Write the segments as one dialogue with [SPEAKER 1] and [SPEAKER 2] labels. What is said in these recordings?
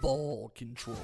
[SPEAKER 1] ball control.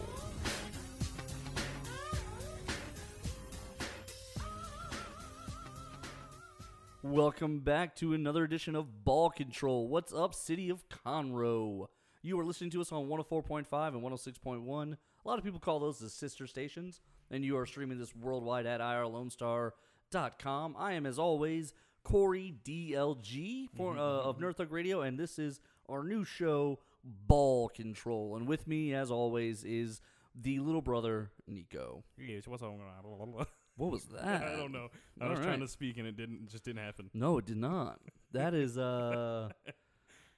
[SPEAKER 1] Welcome back to another edition of Ball Control. What's up, City of Conroe? You are listening to us on 104.5 and 106.1. A lot of people call those the sister stations, and you are streaming this worldwide at irlonestar.com. I am, as always, Corey DLG for,
[SPEAKER 2] Mm-hmm,
[SPEAKER 1] uh, of Nerthug Radio, and this is our new show, Ball Control. And with me, as always, is the little brother, Nico.
[SPEAKER 2] Yes, what's on? Blah, blah, blah.
[SPEAKER 1] What was that?
[SPEAKER 2] I don't know. I
[SPEAKER 1] All
[SPEAKER 2] was
[SPEAKER 1] right.
[SPEAKER 2] trying to speak and it didn't. It just didn't happen.
[SPEAKER 1] No, it did not. That is uh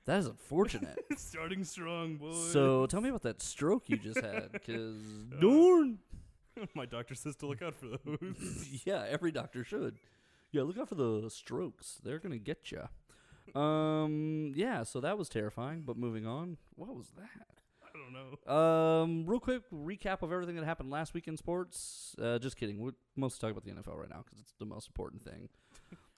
[SPEAKER 1] that is unfortunate.
[SPEAKER 2] Starting strong, boy.
[SPEAKER 1] so tell me about that stroke you just had, because darn,
[SPEAKER 2] my doctor says to look out for those.
[SPEAKER 1] yeah, every doctor should. Yeah, look out for the strokes; they're gonna get you. Um, yeah, so that was terrifying. But moving on, what was that?
[SPEAKER 2] I don't know.
[SPEAKER 1] Um, real quick recap of everything that happened last week in sports. Uh, just kidding. We're mostly talking about the NFL right now because it's the most important thing.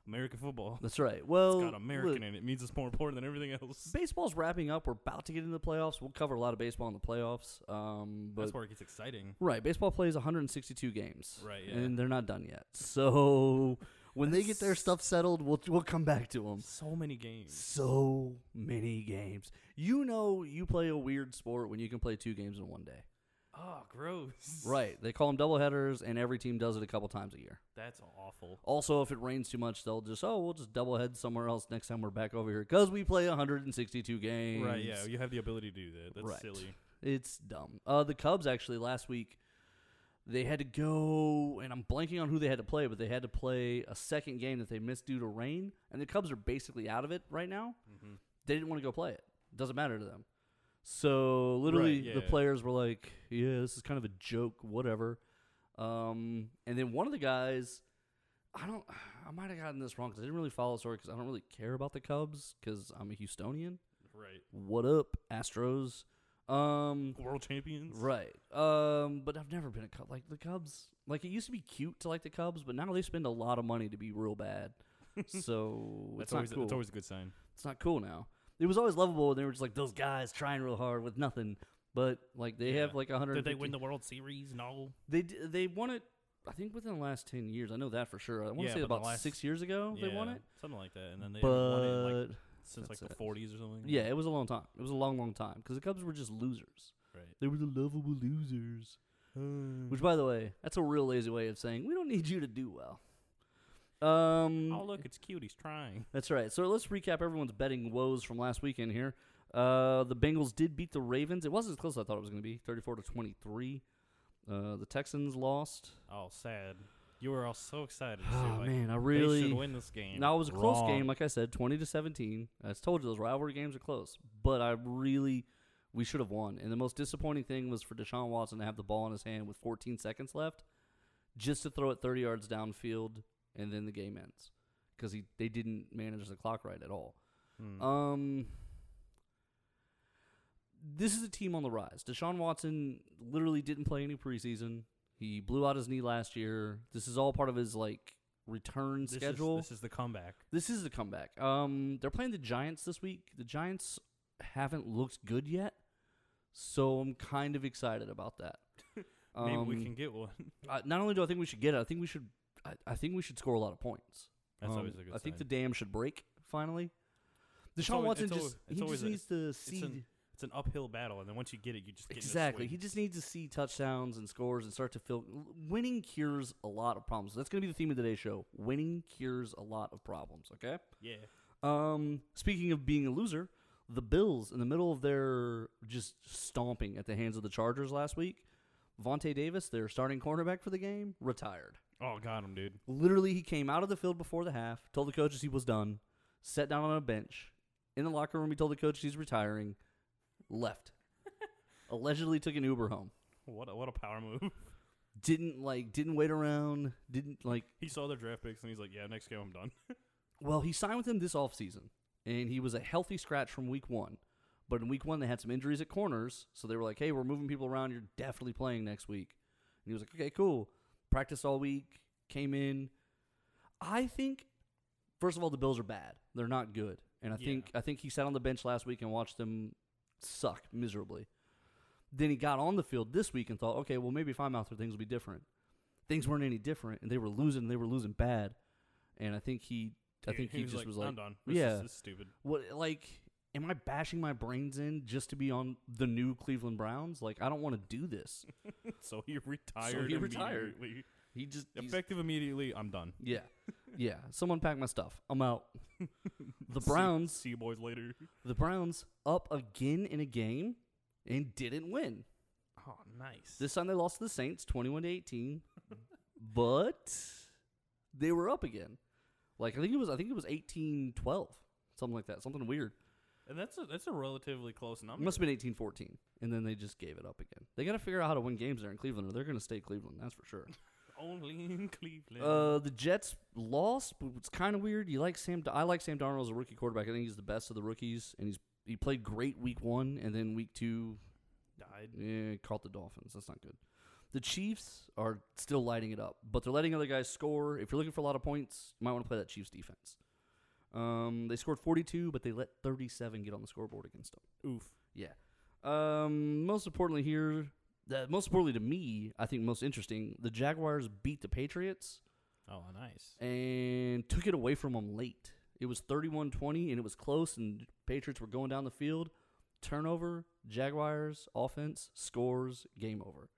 [SPEAKER 2] American football.
[SPEAKER 1] That's right. Well,
[SPEAKER 2] it's got American
[SPEAKER 1] look,
[SPEAKER 2] in it. It means it's more important than everything else.
[SPEAKER 1] Baseball's wrapping up. We're about to get into the playoffs. We'll cover a lot of baseball in the playoffs. Um, but
[SPEAKER 2] That's where it gets exciting.
[SPEAKER 1] right, baseball plays 162 games,
[SPEAKER 2] Right,
[SPEAKER 1] and they're not done yet. So when they get their stuff settled, we'll we'll come back to them.
[SPEAKER 2] So many games.
[SPEAKER 1] So many games. You know, you play a weird sport when you can play two games in one day.
[SPEAKER 2] Oh, gross.
[SPEAKER 1] Right? They call them doubleheaders, and every team does it a couple times a year.
[SPEAKER 2] That's awful.
[SPEAKER 1] Also, if it rains too much, they'll just oh, we'll just doublehead somewhere else next time we're back over here because we play 162 games.
[SPEAKER 2] Right? Yeah. You have the ability to do that. That's
[SPEAKER 1] Right.
[SPEAKER 2] silly.
[SPEAKER 1] It's dumb. Uh, the Cubs actually last week they had to go, and I'm blanking on who they had to play, but they had to play a second game that they missed due to rain, and the Cubs are basically out of it right now.
[SPEAKER 2] Mm-hmm.
[SPEAKER 1] They didn't want to go play it. Doesn't matter to them. So literally,
[SPEAKER 2] Right,
[SPEAKER 1] the
[SPEAKER 2] yeah.
[SPEAKER 1] players were like, "Yeah, this is kind of a joke, whatever." Um, and then one of the guys, I don't, I might have gotten this wrong because I didn't really follow the story because I don't really care about the Cubs because I'm a Houstonian.
[SPEAKER 2] Right.
[SPEAKER 1] What up, Astros? Um,
[SPEAKER 2] World champions.
[SPEAKER 1] Right. Um, but I've never been a Cub. Like the Cubs, like it used to be cute to like the Cubs, but now they spend a lot of money to be real bad. So it's
[SPEAKER 2] That's
[SPEAKER 1] not
[SPEAKER 2] always
[SPEAKER 1] cool.
[SPEAKER 2] that's always a good sign.
[SPEAKER 1] it's not cool now. It was always lovable when they were just like those guys trying real hard with nothing, but like they have
[SPEAKER 2] Yeah.
[SPEAKER 1] like a hundred.
[SPEAKER 2] World Series? No.
[SPEAKER 1] They d- they won it. I think within the last ten years. I know that for sure. I want to
[SPEAKER 2] Yeah,
[SPEAKER 1] say
[SPEAKER 2] but the
[SPEAKER 1] about
[SPEAKER 2] last-
[SPEAKER 1] six years ago they won
[SPEAKER 2] Yeah,
[SPEAKER 1] it,
[SPEAKER 2] Something like that. And then they won it
[SPEAKER 1] but
[SPEAKER 2] like since like
[SPEAKER 1] that's
[SPEAKER 2] the
[SPEAKER 1] it.
[SPEAKER 2] 40s or something.
[SPEAKER 1] yeah, it was a long time. It was a long, long time because the Cubs were just losers.
[SPEAKER 2] Right.
[SPEAKER 1] They were the lovable losers. Mm-hmm. Which, by the way, that's a real lazy way of saying we don't need you to do well. Um,
[SPEAKER 2] Oh, look, it's cute. He's trying.
[SPEAKER 1] that's right. So let's recap everyone's betting woes from last weekend here. Uh, the Bengals did beat the Ravens. It wasn't as close as I thought it was going to be, thirty-four to twenty-three. Uh, the Texans lost.
[SPEAKER 2] Oh, sad. You were all so excited. to see,
[SPEAKER 1] Oh
[SPEAKER 2] like,
[SPEAKER 1] man, I
[SPEAKER 2] They
[SPEAKER 1] really.
[SPEAKER 2] should win this game.
[SPEAKER 1] Now it was a close
[SPEAKER 2] Wrong.
[SPEAKER 1] game, like I said, twenty to seventeen. I told you those rivalry games are close, but I really, we should have won. And the most disappointing thing was for Deshaun Watson to have the ball in his hand with 14 seconds left, just to throw it 30 yards downfield, and then the game ends because he they didn't manage the clock right at all.
[SPEAKER 2] Hmm.
[SPEAKER 1] Um, this is a team on the rise. Deshaun Watson literally didn't play any preseason. He blew out his knee last year. This is all part of his like return
[SPEAKER 2] This is-
[SPEAKER 1] schedule.
[SPEAKER 2] this is the comeback.
[SPEAKER 1] This is a comeback. Um, they're playing the Giants this week. The Giants haven't looked good yet, so I'm kind of excited about that.
[SPEAKER 2] Maybe
[SPEAKER 1] Um,
[SPEAKER 2] we can get one.
[SPEAKER 1] I, not only do I think we should get it, I think we should. I, I think we should score a lot of points.
[SPEAKER 2] That's
[SPEAKER 1] Um,
[SPEAKER 2] always a good
[SPEAKER 1] I think the
[SPEAKER 2] sign.
[SPEAKER 1] dam should break finally.
[SPEAKER 2] It's
[SPEAKER 1] Deshaun
[SPEAKER 2] always-
[SPEAKER 1] Watson
[SPEAKER 2] it's
[SPEAKER 1] just
[SPEAKER 2] always-
[SPEAKER 1] he
[SPEAKER 2] it's
[SPEAKER 1] just
[SPEAKER 2] always a-
[SPEAKER 1] needs to
[SPEAKER 2] It's
[SPEAKER 1] see
[SPEAKER 2] an, it's an uphill battle, and then once you get it, you just get in a
[SPEAKER 1] exactly. He
[SPEAKER 2] swing.
[SPEAKER 1] just needs to see touchdowns and scores and start to feel winning cures a lot of problems. That's going to be the theme of today's show. Winning cures a lot of problems. Okay.
[SPEAKER 2] Yeah.
[SPEAKER 1] Um, speaking of being a loser, the Bills in the middle of their just stomping at the hands of the Chargers last week, Vontae Davis, their starting cornerback for the game, retired.
[SPEAKER 2] Oh, got him, dude.
[SPEAKER 1] Literally, he came out of the field before the half, told the coaches he was done, sat down on a bench. In the locker room, he told the coaches he's retiring, left. Allegedly took an Uber home.
[SPEAKER 2] What a, what a power move.
[SPEAKER 1] Didn't like didn't wait around, didn't like
[SPEAKER 2] he saw their draft picks, and he's like, "Yeah, next game, I'm done."
[SPEAKER 1] Well, he signed with them this offseason, and he was a healthy scratch from week one. But in week one, they had some injuries at corners, so they were like, hey, we're moving people around. You're definitely playing next week. And he was like, okay, cool. Practiced all week, came in. I think, first of all, the Bills are bad. They're not good. And I think I think he sat on the bench last week and watched them suck miserably. Then he got on the field this week and thought, okay, well, maybe if I'm out there, things will be different. Things weren't any different, and they were losing. They were losing bad, and I think he, I think he,
[SPEAKER 2] was
[SPEAKER 1] just
[SPEAKER 2] like,
[SPEAKER 1] was like,
[SPEAKER 2] I'm done. This
[SPEAKER 1] yeah.
[SPEAKER 2] is, this is stupid.
[SPEAKER 1] what like am I bashing my brains in just to be on the new Cleveland Browns? Like I don't want to do this.
[SPEAKER 2] So he retired.
[SPEAKER 1] retired.
[SPEAKER 2] immediately.
[SPEAKER 1] He just he's-
[SPEAKER 2] Effective immediately. I'm done.
[SPEAKER 1] yeah. Yeah, someone pack my stuff. I'm out. The
[SPEAKER 2] See-
[SPEAKER 1] Browns,
[SPEAKER 2] See you boys later.
[SPEAKER 1] the Browns up again in a game and didn't win.
[SPEAKER 2] Oh, nice.
[SPEAKER 1] This time they lost to the Saints 21 to 18. but they were up again. Like I think it was I think it was 18-12, something like that. Something weird.
[SPEAKER 2] and that's a that's a relatively close
[SPEAKER 1] It
[SPEAKER 2] number.
[SPEAKER 1] must have been eighteen fourteen, and then they just gave it up again. They got to figure out how to win games there in Cleveland, or they're going to stay Cleveland. That's for sure.
[SPEAKER 2] only in Cleveland.
[SPEAKER 1] Uh, the Jets lost, but it's kind of weird. You like Sam? I like Sam Darnold as a rookie quarterback. I think he's the best of the rookies, and he's he played great week one, and then week two,
[SPEAKER 2] Died.
[SPEAKER 1] eh, caught the Dolphins. That's not good. The Chiefs are still lighting it up, but they're letting other guys score. If you're looking for a lot of points, you might want to play that Chiefs defense. Um, they scored 42, but they let 37 get on the scoreboard against them.
[SPEAKER 2] Oof.
[SPEAKER 1] Yeah. Um, most importantly here, the, most importantly to me, I think most interesting, the Jaguars beat the Patriots
[SPEAKER 2] Oh, nice.
[SPEAKER 1] and took it away from them late. It was 31-20 and it was close and Patriots were going down the field. Turnover, Jaguars offense scores, game over.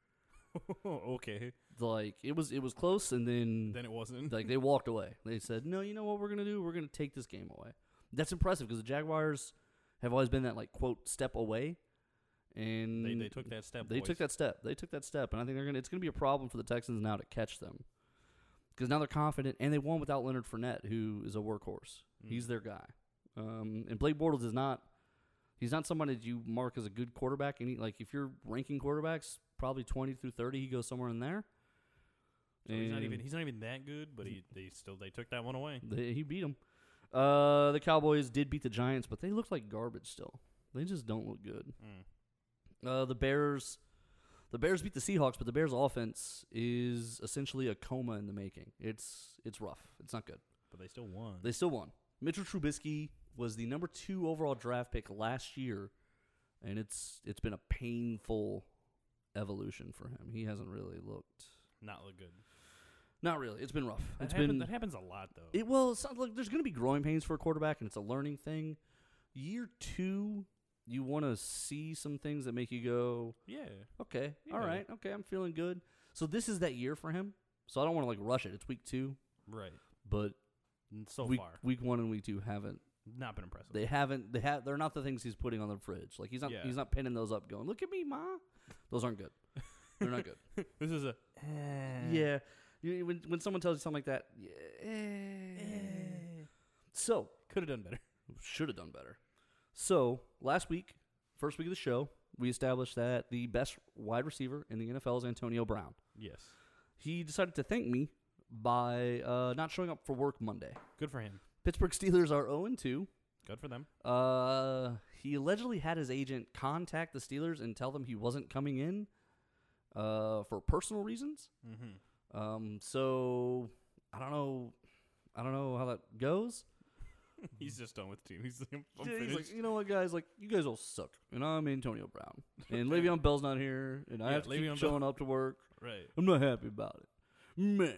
[SPEAKER 2] okay.
[SPEAKER 1] Like it was it was close and then
[SPEAKER 2] Then it wasn't.
[SPEAKER 1] like they walked away. They said, "No, you know what we're gonna do? We're gonna take this game away." That's impressive because the Jaguars have always been that like quote step away, and
[SPEAKER 2] They, they took that step.
[SPEAKER 1] they took
[SPEAKER 2] boys.
[SPEAKER 1] that step. They took that step, and I think they're gonna. It's gonna be a problem for the Texans now to catch them, because now they're confident and they won without Leonard Fournette, who is a workhorse.
[SPEAKER 2] Mm.
[SPEAKER 1] He's their guy, um, and Blake Bortles is not. He's not somebody that you mark as a good quarterback. Any like if you're ranking quarterbacks, probably twenty through thirty, he goes somewhere in there.
[SPEAKER 2] So he's not
[SPEAKER 1] And-
[SPEAKER 2] even he's not even that good, but he they still they took that one away.
[SPEAKER 1] They, he beat them. Uh, the Cowboys did beat the Giants, but they look like garbage still. They just don't look good.
[SPEAKER 2] Mm.
[SPEAKER 1] Uh, the Bears, the Bears beat the Seahawks, but the Bears' offense is essentially a coma in the making. It's it's rough. It's not good.
[SPEAKER 2] But they still won.
[SPEAKER 1] They still won. Mitchell Trubisky was the number two overall draft pick last year, and it's it's been a painful evolution for him. He hasn't really looked.
[SPEAKER 2] not look good.
[SPEAKER 1] Not really. It's been rough.
[SPEAKER 2] That,
[SPEAKER 1] It's
[SPEAKER 2] happen-
[SPEAKER 1] been
[SPEAKER 2] that happens a lot though.
[SPEAKER 1] It well, it sounds like there's going to be growing pains for a quarterback, and it's a learning thing. Year two, you want to see some things that make you go,
[SPEAKER 2] yeah.
[SPEAKER 1] okay, all
[SPEAKER 2] Yeah.
[SPEAKER 1] right, okay, I'm feeling good. So this is that year for him. So I don't want to like rush it. It's week two,
[SPEAKER 2] Right.
[SPEAKER 1] but
[SPEAKER 2] N- So
[SPEAKER 1] week
[SPEAKER 2] far,
[SPEAKER 1] week one and week two haven't
[SPEAKER 2] not been impressive.
[SPEAKER 1] they haven't they have they're not the things he's putting on the fridge. Like he's not
[SPEAKER 2] Yeah.
[SPEAKER 1] he's not pinning those up, going, look at me, ma. Those aren't good. They're not good.
[SPEAKER 2] this is a Eh.
[SPEAKER 1] yeah. You- When, when someone tells you something like that, yeah.
[SPEAKER 2] Eh.
[SPEAKER 1] So,
[SPEAKER 2] could have done better.
[SPEAKER 1] should have done better. So last week, first week of the show, we established that the best wide receiver in the NFL is Antonio Brown.
[SPEAKER 2] Yes.
[SPEAKER 1] He decided to thank me by uh, not showing up for work Monday.
[SPEAKER 2] Good for him.
[SPEAKER 1] Pittsburgh Steelers are 0 2.
[SPEAKER 2] Good for them.
[SPEAKER 1] Uh, he allegedly had his agent contact the Steelers and tell them he wasn't coming in uh, for personal reasons.
[SPEAKER 2] Mm-hmm.
[SPEAKER 1] Um, so I don't know. I don't know how that goes.
[SPEAKER 2] He's just done with the team. He's like, I'm, I'm
[SPEAKER 1] Yeah, he's like,
[SPEAKER 2] finished.
[SPEAKER 1] you know what, guys? Like, you guys all suck, and I'm Antonio Brown, and Le'Veon Bell's not here, and I
[SPEAKER 2] Yeah,
[SPEAKER 1] have to keep
[SPEAKER 2] Le'Veon Bell.
[SPEAKER 1] showing up to work.
[SPEAKER 2] right.
[SPEAKER 1] I'm not happy about it, man.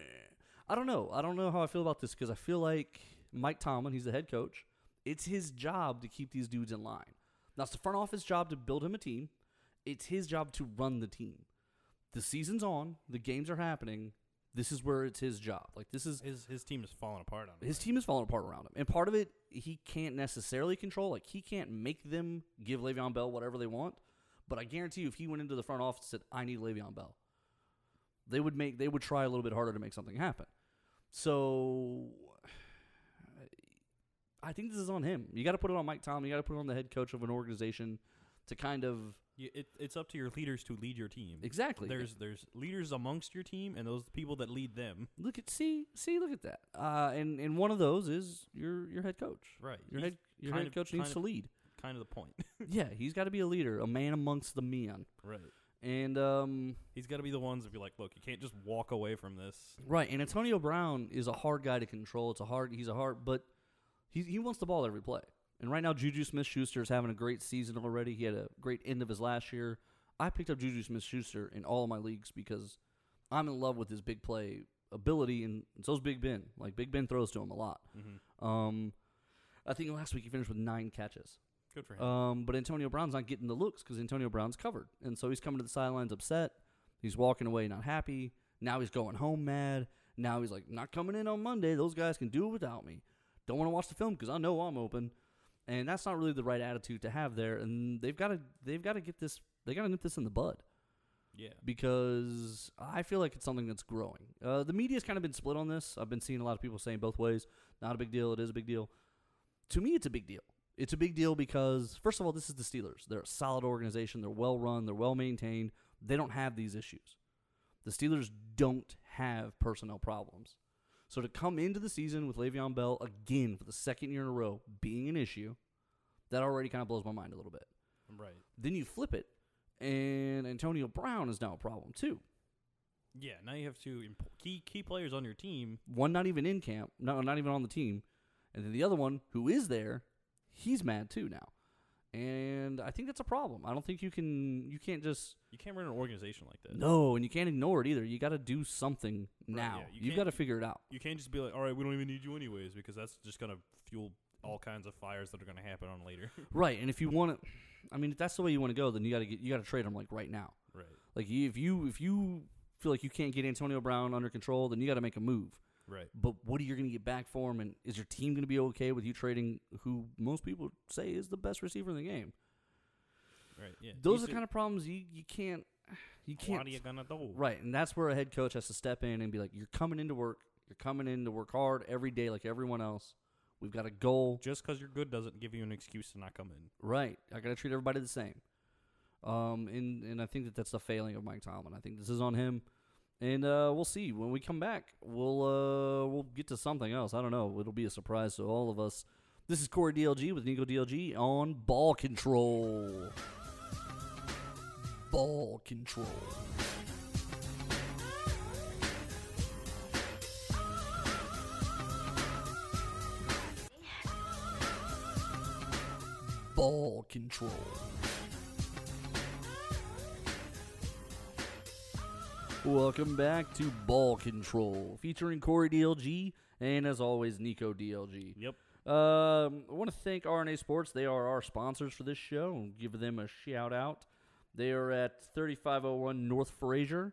[SPEAKER 1] I don't know. I don't know how I feel about this because I feel like Mike Tomlin, he's the head coach. It's his job to keep these dudes in line. Now it's the front office job to build him a team. It's his job to run the team. The season's on. The games are happening. This is where it's his job. Like this is
[SPEAKER 2] His his team is falling apart on him.
[SPEAKER 1] his team is falling apart around him, and part of it he can't necessarily control. Like he can't make them give Le'Veon Bell whatever they want. But I guarantee you, if he went into the front office and said, "I need Le'Veon Bell," they would make they would try a little bit harder to make something happen. So I think this is on him. You got to put it on Mike Tom. You got to put it on the head coach of an organization to kind of
[SPEAKER 2] You- it, it's up to your leaders to lead your team.
[SPEAKER 1] exactly
[SPEAKER 2] There's there's leaders amongst your team and those people that lead them.
[SPEAKER 1] look at see see look at that. Uh, and and one of those is your your head coach.
[SPEAKER 2] Right.
[SPEAKER 1] Your
[SPEAKER 2] He's
[SPEAKER 1] head your
[SPEAKER 2] kind
[SPEAKER 1] head
[SPEAKER 2] of-
[SPEAKER 1] coach
[SPEAKER 2] kind
[SPEAKER 1] needs
[SPEAKER 2] of-
[SPEAKER 1] to lead.
[SPEAKER 2] kind of the point.
[SPEAKER 1] yeah, he's got to be a leader, a man amongst the men.
[SPEAKER 2] right.
[SPEAKER 1] And um,
[SPEAKER 2] He's got to be the ones that be like, look, you can't just walk away from this.
[SPEAKER 1] right, and Antonio Brown is a hard guy to control. It's a hard. He's a hard, but he he wants the ball every play. And right now, Juju Smith-Schuster is having a great season already. He had a great end of his last year. I picked up Juju Smith Schuster in all of my leagues because I'm in love with his big play ability, and so's Big Ben. Like, Big Ben throws to him a lot.
[SPEAKER 2] hmm
[SPEAKER 1] Um, I think last week he finished with nine catches.
[SPEAKER 2] Good for him.
[SPEAKER 1] Um, but Antonio Brown's not getting the looks because Antonio Brown's covered, and so he's coming to the sidelines upset. He's walking away not happy. Now he's going home mad. Now he's like, not coming in on Monday. Those guys can do it without me. Don't want to watch the film because I know I'm open, and that's not really the right attitude to have there. And they've got to they've got to get this they got to nip this in the bud
[SPEAKER 2] yeah.
[SPEAKER 1] because I feel like it's something that's growing. Uh, the media's kind of been split on this. I've been seeing a lot of people saying both ways. Not a big deal. It is a big deal. To me, it's a big deal. It's a big deal because, first of all, this is the Steelers. They're a solid organization. They're well run. They're well maintained. They don't have these issues. The Steelers don't have personnel problems. So to come into the season with Le'Veon Bell again for the second year in a row being an issue, that already kind of blows my mind a little bit.
[SPEAKER 2] Right.
[SPEAKER 1] Then you flip it, and Antonio Brown is now a problem too.
[SPEAKER 2] Yeah. Now you have two imp- key key players on your team.
[SPEAKER 1] One not even in camp, no, not even on the team, and then the other one who is there, he's mad too now, and I think that's a problem. I don't think you can you can't just
[SPEAKER 2] You can't run an organization like that.
[SPEAKER 1] no, and you can't ignore it either. You got to do something
[SPEAKER 2] Right,
[SPEAKER 1] now.
[SPEAKER 2] yeah, you
[SPEAKER 1] you have
[SPEAKER 2] can't-
[SPEAKER 1] got to figure it out.
[SPEAKER 2] You can't just be like, all right, we don't even need you anyways, because that's just gonna fuel all kinds of fires that are gonna happen on later.
[SPEAKER 1] Right, and if you want to, I mean, if that's the way you want to go, then you got to get you got to trade him like right now.
[SPEAKER 2] right.
[SPEAKER 1] Like you- if you if you feel like you can't get Antonio Brown under control, then you got to make a move.
[SPEAKER 2] Right.
[SPEAKER 1] But what are you going to get back for him? And is your team going to be okay with you trading who most people say is the best receiver in the game?
[SPEAKER 2] Right. Yeah.
[SPEAKER 1] Those are the kind of problems you, you can't you
[SPEAKER 2] What
[SPEAKER 1] can't
[SPEAKER 2] are you gonna do?
[SPEAKER 1] right, and that's where a head coach has to step in and be like, "You're coming into work. You're coming in to work hard every day, like everyone else. We've got a goal.
[SPEAKER 2] Just because you're good doesn't give you an excuse to not come in.
[SPEAKER 1] Right. I got to treat everybody the same. Um, and and I think that that's the failing of Mike Tomlin. I think this is on him. And uh, we'll see when we come back. We'll uh, we'll get to something else. I don't know. It'll be a surprise to all of us. This is Corey DLG with Nico DLG on ball control. Ball control. Ball control. Welcome back to Ball Control, featuring Corey DLG and, as always, Nico DLG.
[SPEAKER 2] Yep.
[SPEAKER 1] Um, I want to thank RNA Sports. They are our sponsors for this show. and give them a shout out. They are at 3501 North Fraser.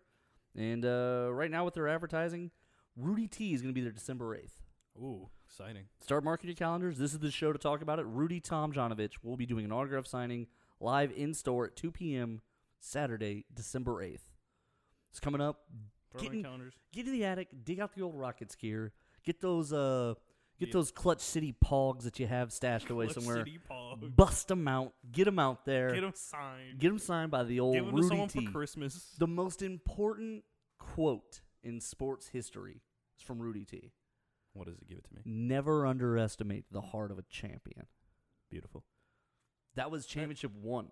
[SPEAKER 1] And uh, right now, with their advertising, Rudy T is going to be there December 8th.
[SPEAKER 2] Ooh, exciting.
[SPEAKER 1] Start marking your calendars. This is the show to talk about it. Rudy Tomjanovich will be doing an autograph signing live in store at 2 p.m. Saturday, December 8th. It's coming up.
[SPEAKER 2] Throw
[SPEAKER 1] Getting-
[SPEAKER 2] in calendars.
[SPEAKER 1] Get in the attic, dig out the old rockets gear, get those uh get
[SPEAKER 2] Yeah.
[SPEAKER 1] those clutch city pogs that you have stashed away
[SPEAKER 2] Clutch
[SPEAKER 1] somewhere.
[SPEAKER 2] City Pog.
[SPEAKER 1] Bust them out, get them out there.
[SPEAKER 2] Get them signed.
[SPEAKER 1] Get 'em signed by the old
[SPEAKER 2] Give them to
[SPEAKER 1] Rudy
[SPEAKER 2] someone
[SPEAKER 1] T.
[SPEAKER 2] for Christmas.
[SPEAKER 1] The most important quote in sports history is from Rudy T.
[SPEAKER 2] What does it give it to me?
[SPEAKER 1] Never underestimate the heart of a champion.
[SPEAKER 2] Beautiful.
[SPEAKER 1] That was championship one.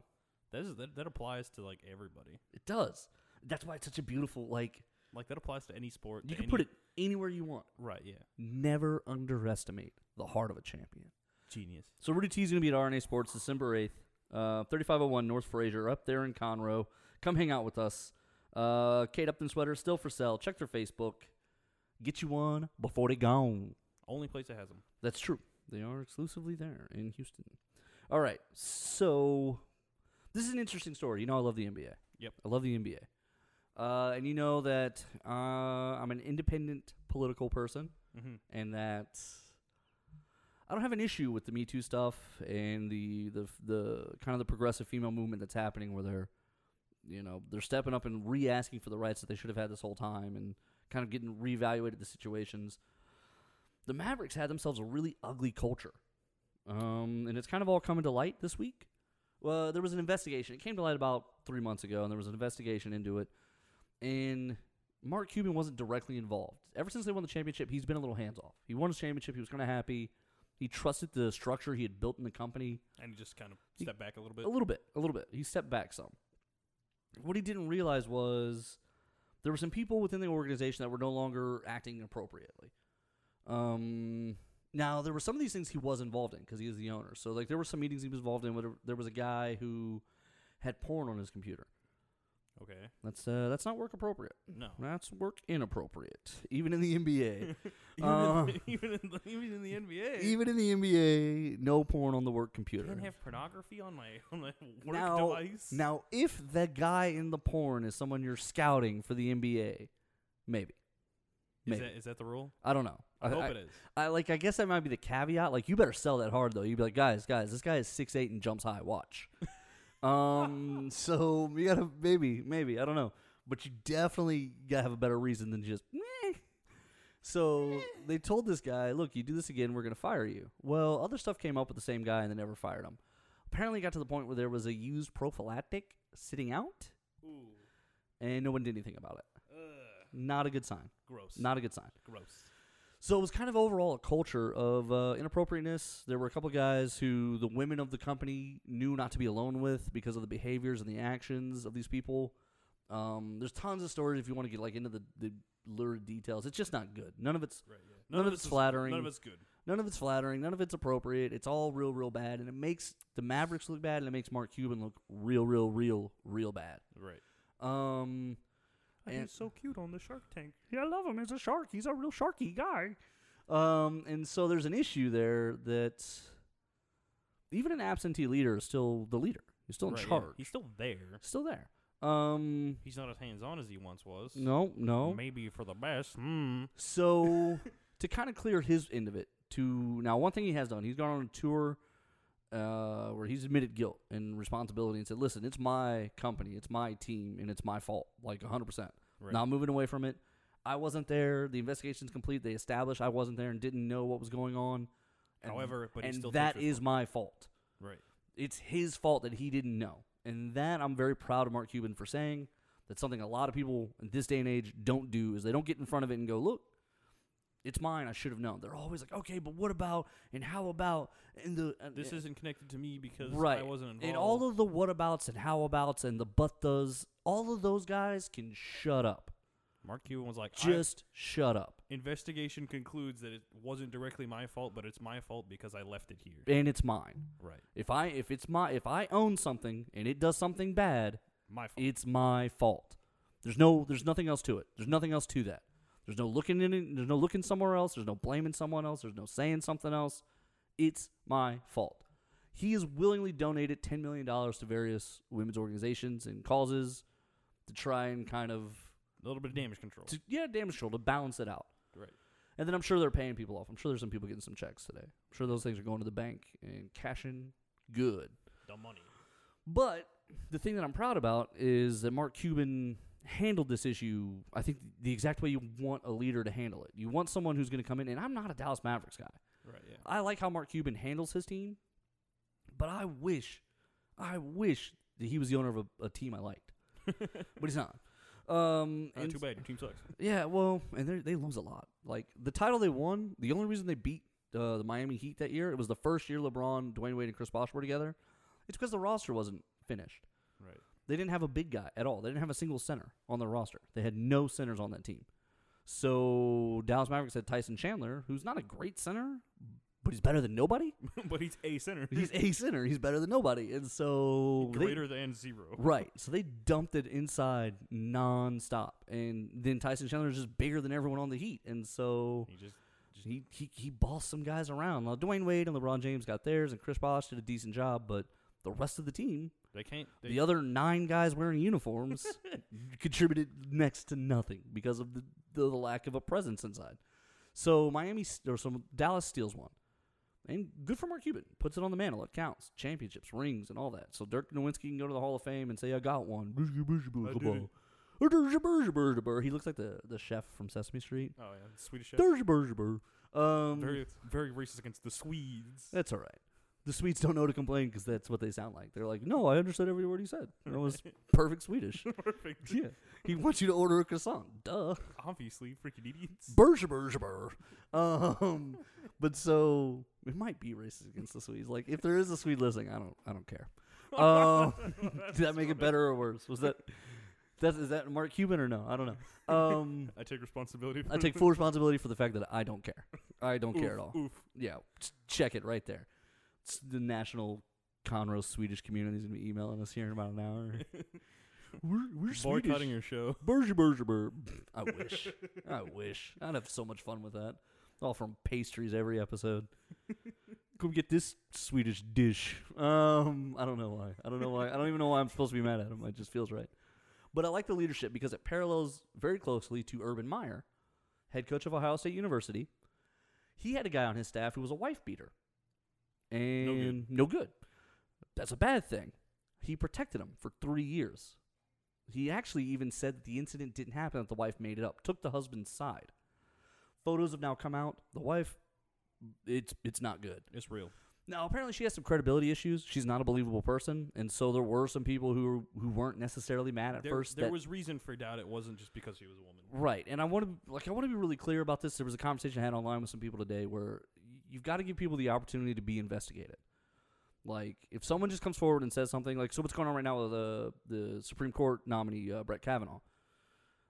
[SPEAKER 2] That is that, that applies to like everybody.
[SPEAKER 1] It does. That's why it's such a beautiful like
[SPEAKER 2] Like that applies to any sport.
[SPEAKER 1] you
[SPEAKER 2] to
[SPEAKER 1] can
[SPEAKER 2] any-
[SPEAKER 1] put it anywhere you want.
[SPEAKER 2] right. Yeah.
[SPEAKER 1] Never underestimate the heart of a champion.
[SPEAKER 2] Genius.
[SPEAKER 1] So Rudy T is gonna be at RNA Sports December eighth, uh, thirty five oh one North Fraser, up there in Conroe. Come hang out with us. Uh, Kate Upton sweater still for sale. Check their Facebook. Get you one before they gone.
[SPEAKER 2] Only place that has them.
[SPEAKER 1] That's true. They are exclusively there in Houston. All right. So this is an interesting story. You know, I love the NBA.
[SPEAKER 2] Yep.
[SPEAKER 1] I love the NBA. Uh, and you know that uh, I'm an independent political person
[SPEAKER 2] Mm-hmm.
[SPEAKER 1] and that I don't have an issue with the Me Too stuff and the, the, the kind of the progressive female movement that's happening where they're, you know, they're stepping up and re asking for the rights that they should have had this whole time and kind of getting reevaluated the situations. The Mavericks had themselves a really ugly culture. Um, and it's kind of all coming to light this week. Well, there was an investigation. It came to light about three months ago, and there was an investigation into it. And Mark Cuban wasn't directly involved. Ever since they won the championship, he's been a little hands off. He won his championship. He was kind of happy. He trusted the structure he had built in the company
[SPEAKER 2] And you just kind of
[SPEAKER 1] You- Oh.
[SPEAKER 2] step back a little bit.
[SPEAKER 1] a little bit, a little bit. He stepped back some. What he didn't realize was there were some people within the organization that were no longer acting appropriately. Um, now there were some of these things he was involved in because he is the owner. So like there were some meetings he was involved in. Where there was a guy who had porn on his computer,
[SPEAKER 2] Okay.
[SPEAKER 1] That's uh, that's not work appropriate.
[SPEAKER 2] No.
[SPEAKER 1] That's work inappropriate, even in the NBA.
[SPEAKER 2] Even,
[SPEAKER 1] Uh,
[SPEAKER 2] in, the, even, in the, even in the NBA.
[SPEAKER 1] even in the NBA, no porn on the work
[SPEAKER 2] I
[SPEAKER 1] computer.
[SPEAKER 2] can't have pornography on my on my work
[SPEAKER 1] now,
[SPEAKER 2] device.
[SPEAKER 1] now, if the guy in the porn is someone you're scouting for the NBA, maybe.
[SPEAKER 2] is
[SPEAKER 1] Maybe.
[SPEAKER 2] that, is that the rule?
[SPEAKER 1] I don't know.
[SPEAKER 2] I, hope
[SPEAKER 1] I,
[SPEAKER 2] it is.
[SPEAKER 1] I like. I guess that might be the caveat. Like, you better sell that hard though. You'd be like, guys, guys, this guy is six eight and jumps high. Watch. um. So you gotta maybe, maybe I don't know, but you definitely gotta have a better reason than just. Meh. So they told this guy, look, you do this again, we're gonna fire you. Well, other stuff came up with the same guy, and they never fired him. Apparently, it got to the point where there was a used prophylactic sitting out,
[SPEAKER 2] Ooh,
[SPEAKER 1] and no one did anything about it.
[SPEAKER 2] ugh,
[SPEAKER 1] Not a good sign.
[SPEAKER 2] gross.
[SPEAKER 1] Not a good sign.
[SPEAKER 2] gross.
[SPEAKER 1] So it was kind of overall a culture of uh, inappropriateness. There were a couple guys who the women of the company knew not to be alone with because of the behaviors and the actions of these people. Um, there's tons of stories if you want to get like into the, the lurid details. It's just not good. None of it's
[SPEAKER 2] Right. Yeah.
[SPEAKER 1] none, of it's flattering.
[SPEAKER 2] None of it's good.
[SPEAKER 1] none of it's flattering. None of it's appropriate. It's all real, real bad, and it makes the Mavericks look bad, and it makes Mark Cuban look real, real, real, real bad.
[SPEAKER 2] Right.
[SPEAKER 1] Um, and-
[SPEAKER 2] he's so cute on the Shark Tank.
[SPEAKER 1] yeah, I love him. He's a shark. He's a real sharky guy. Um, and so there's an issue there that even an absentee leader is still the leader. He's still in
[SPEAKER 2] Right, yeah.
[SPEAKER 1] charge.
[SPEAKER 2] He's still there.
[SPEAKER 1] Still there. Um,
[SPEAKER 2] He's not as hands on as he once was.
[SPEAKER 1] no, no.
[SPEAKER 2] Maybe for the best. Hmm.
[SPEAKER 1] So to kind of clear his end of it, to now one thing he has done, he's gone on a tour uh, where he's admitted guilt and responsibility and said, "Listen, it's my company, it's my team, and it's my fault, like 100 percent.
[SPEAKER 2] Right.
[SPEAKER 1] Not moving away from it. I wasn't there. The investigation's complete. They established I wasn't there and didn't know what was going on. And-
[SPEAKER 2] However, but he
[SPEAKER 1] and
[SPEAKER 2] still
[SPEAKER 1] that
[SPEAKER 2] takes
[SPEAKER 1] is my fault.
[SPEAKER 2] Right.
[SPEAKER 1] It's his fault that he didn't know, and that I'm very proud of Mark Cuban for saying. That's something a lot of people in this day and age don't do is they don't get in front of it and go, look, it's mine. I should have known. They're always like, okay, but what about and how about and the and,
[SPEAKER 2] This isn't connected to me because
[SPEAKER 1] right
[SPEAKER 2] I wasn't involved.
[SPEAKER 1] and all of the whatabouts and howabouts and the but does all of those guys can shut up.
[SPEAKER 2] Mark Cuban was like, I-
[SPEAKER 1] Just shut up.
[SPEAKER 2] investigation concludes that it wasn't directly my fault, but it's my fault because I left it here.
[SPEAKER 1] And it's mine.
[SPEAKER 2] Right.
[SPEAKER 1] If I if it's my if I own something and it does something bad,
[SPEAKER 2] My fault.
[SPEAKER 1] it's my fault. There's no there's nothing else to it. There's nothing else to that. There's no looking in it, there's no looking somewhere else, there's no blaming someone else, there's no saying something else. It's my fault. He has willingly donated $10 million to various women's organizations and causes to try and kind of,
[SPEAKER 2] a little bit of damage control.
[SPEAKER 1] to, yeah, damage control, to balance it out.
[SPEAKER 2] right.
[SPEAKER 1] And then I'm sure they're paying people off. I'm sure there's some people getting some checks today. I'm sure those things are going to the bank and cashing good.
[SPEAKER 2] The money.
[SPEAKER 1] But the thing that I'm proud about is that Mark Cuban handled this issue, I think, the exact way you want a leader to handle it. You want someone who's going to come in, and I'm not a Dallas Mavericks guy.
[SPEAKER 2] Right. Yeah.
[SPEAKER 1] I like how Mark Cuban handles his team, but I wish, I wish that he was the owner of a, a team I liked. but he's not. Um,
[SPEAKER 2] Oh,
[SPEAKER 1] and-
[SPEAKER 2] too bad. Your team sucks.
[SPEAKER 1] yeah, well, and they they lose a lot. Like the title they won, the only reason they beat uh, the Miami Heat that year, it was the first year LeBron, Dwayne Wade, and Chris Bosh were together. It's because the roster wasn't finished.
[SPEAKER 2] Right.
[SPEAKER 1] They didn't have a big guy at all. They didn't have a single center on their roster. They had no centers on that team. So Dallas Mavericks had Tyson Chandler, who's not a great center, but he's better than nobody.
[SPEAKER 2] but he's a center.
[SPEAKER 1] He's a center. He's better than nobody, and so they-
[SPEAKER 2] greater than zero.
[SPEAKER 1] Right. So they dumped it inside nonstop. And then Tyson Chandler is just bigger than everyone on the Heat. And so
[SPEAKER 2] He just, just
[SPEAKER 1] he, he, he bossed some guys around. Now, Dwayne Wade and LeBron James got theirs, and Chris Bosh did a decent job, but the rest of the team,
[SPEAKER 2] they can't. They,
[SPEAKER 1] the other nine guys wearing uniforms, contributed next to nothing because of the, the, the lack of a presence inside. So Miami s- or some Dallas steals one. And good for Mark Cuban. Puts it on the mantle. It counts. Championships, rings, and all that. So Dirk Nowitzki can go to the Hall of Fame and say, I got one.
[SPEAKER 2] I did it.
[SPEAKER 1] He looks like the, the chef from Sesame Street.
[SPEAKER 2] Oh yeah, Swedish chef.
[SPEAKER 1] Um,
[SPEAKER 2] Very, very racist against the Swedes.
[SPEAKER 1] that's all right. The Swedes don't know to complain because that's what they sound like. They're like, no, I understood every word he said. That was perfect Swedish.
[SPEAKER 2] Perfect.
[SPEAKER 1] Yeah. He wants you to order a croissant. Duh.
[SPEAKER 2] Obviously, freaking idiots.
[SPEAKER 1] Berger, berger, berger. Um, but so it might be racist against the Swedes. Like if there is a Swede listening, I don't, I don't care. Um, did that make it better or worse? Was that that is that Mark Cuban or no? I don't know. Um,
[SPEAKER 2] I take responsibility. For
[SPEAKER 1] I take full responsibility for the fact that I don't care. I don't care at all.
[SPEAKER 2] Oof.
[SPEAKER 1] Yeah, just check it right there. It's the national Conroe Swedish community is gonna be emailing us here in about an hour. We're, we're
[SPEAKER 2] boycotting your show.
[SPEAKER 1] Berger, Berger, Berger. I wish. I wish. I'd have so much fun with that. All from pastries every episode. Come get this Swedish dish. Um, I don't know why. I don't know why. I don't even know why I'm supposed to be mad at him. It just feels right. But I like the leadership because it parallels very closely to Urban Meyer, head coach of Ohio State University. He had a guy on his staff who was a wife beater, and no good. That's a bad thing. He protected him for three years. He actually even said that the incident didn't happen, that the wife made it up, took the husband's side. Photos have now come out. The wife, it's it's not good.
[SPEAKER 2] It's real.
[SPEAKER 1] Now, apparently, she has some credibility issues. She's not a believable person, and so there were some people who who weren't necessarily mad at
[SPEAKER 2] there,
[SPEAKER 1] first.
[SPEAKER 2] there
[SPEAKER 1] that,
[SPEAKER 2] was reason for doubt. It wasn't just because she was a woman.
[SPEAKER 1] right, and I want to like I want to be really clear about this. There was a conversation I had online with some people today where you've got to give people the opportunity to be investigated. Like, if someone just comes forward and says something like, "So what's going on right now with the the Supreme Court nominee uh, Brett Kavanaugh?"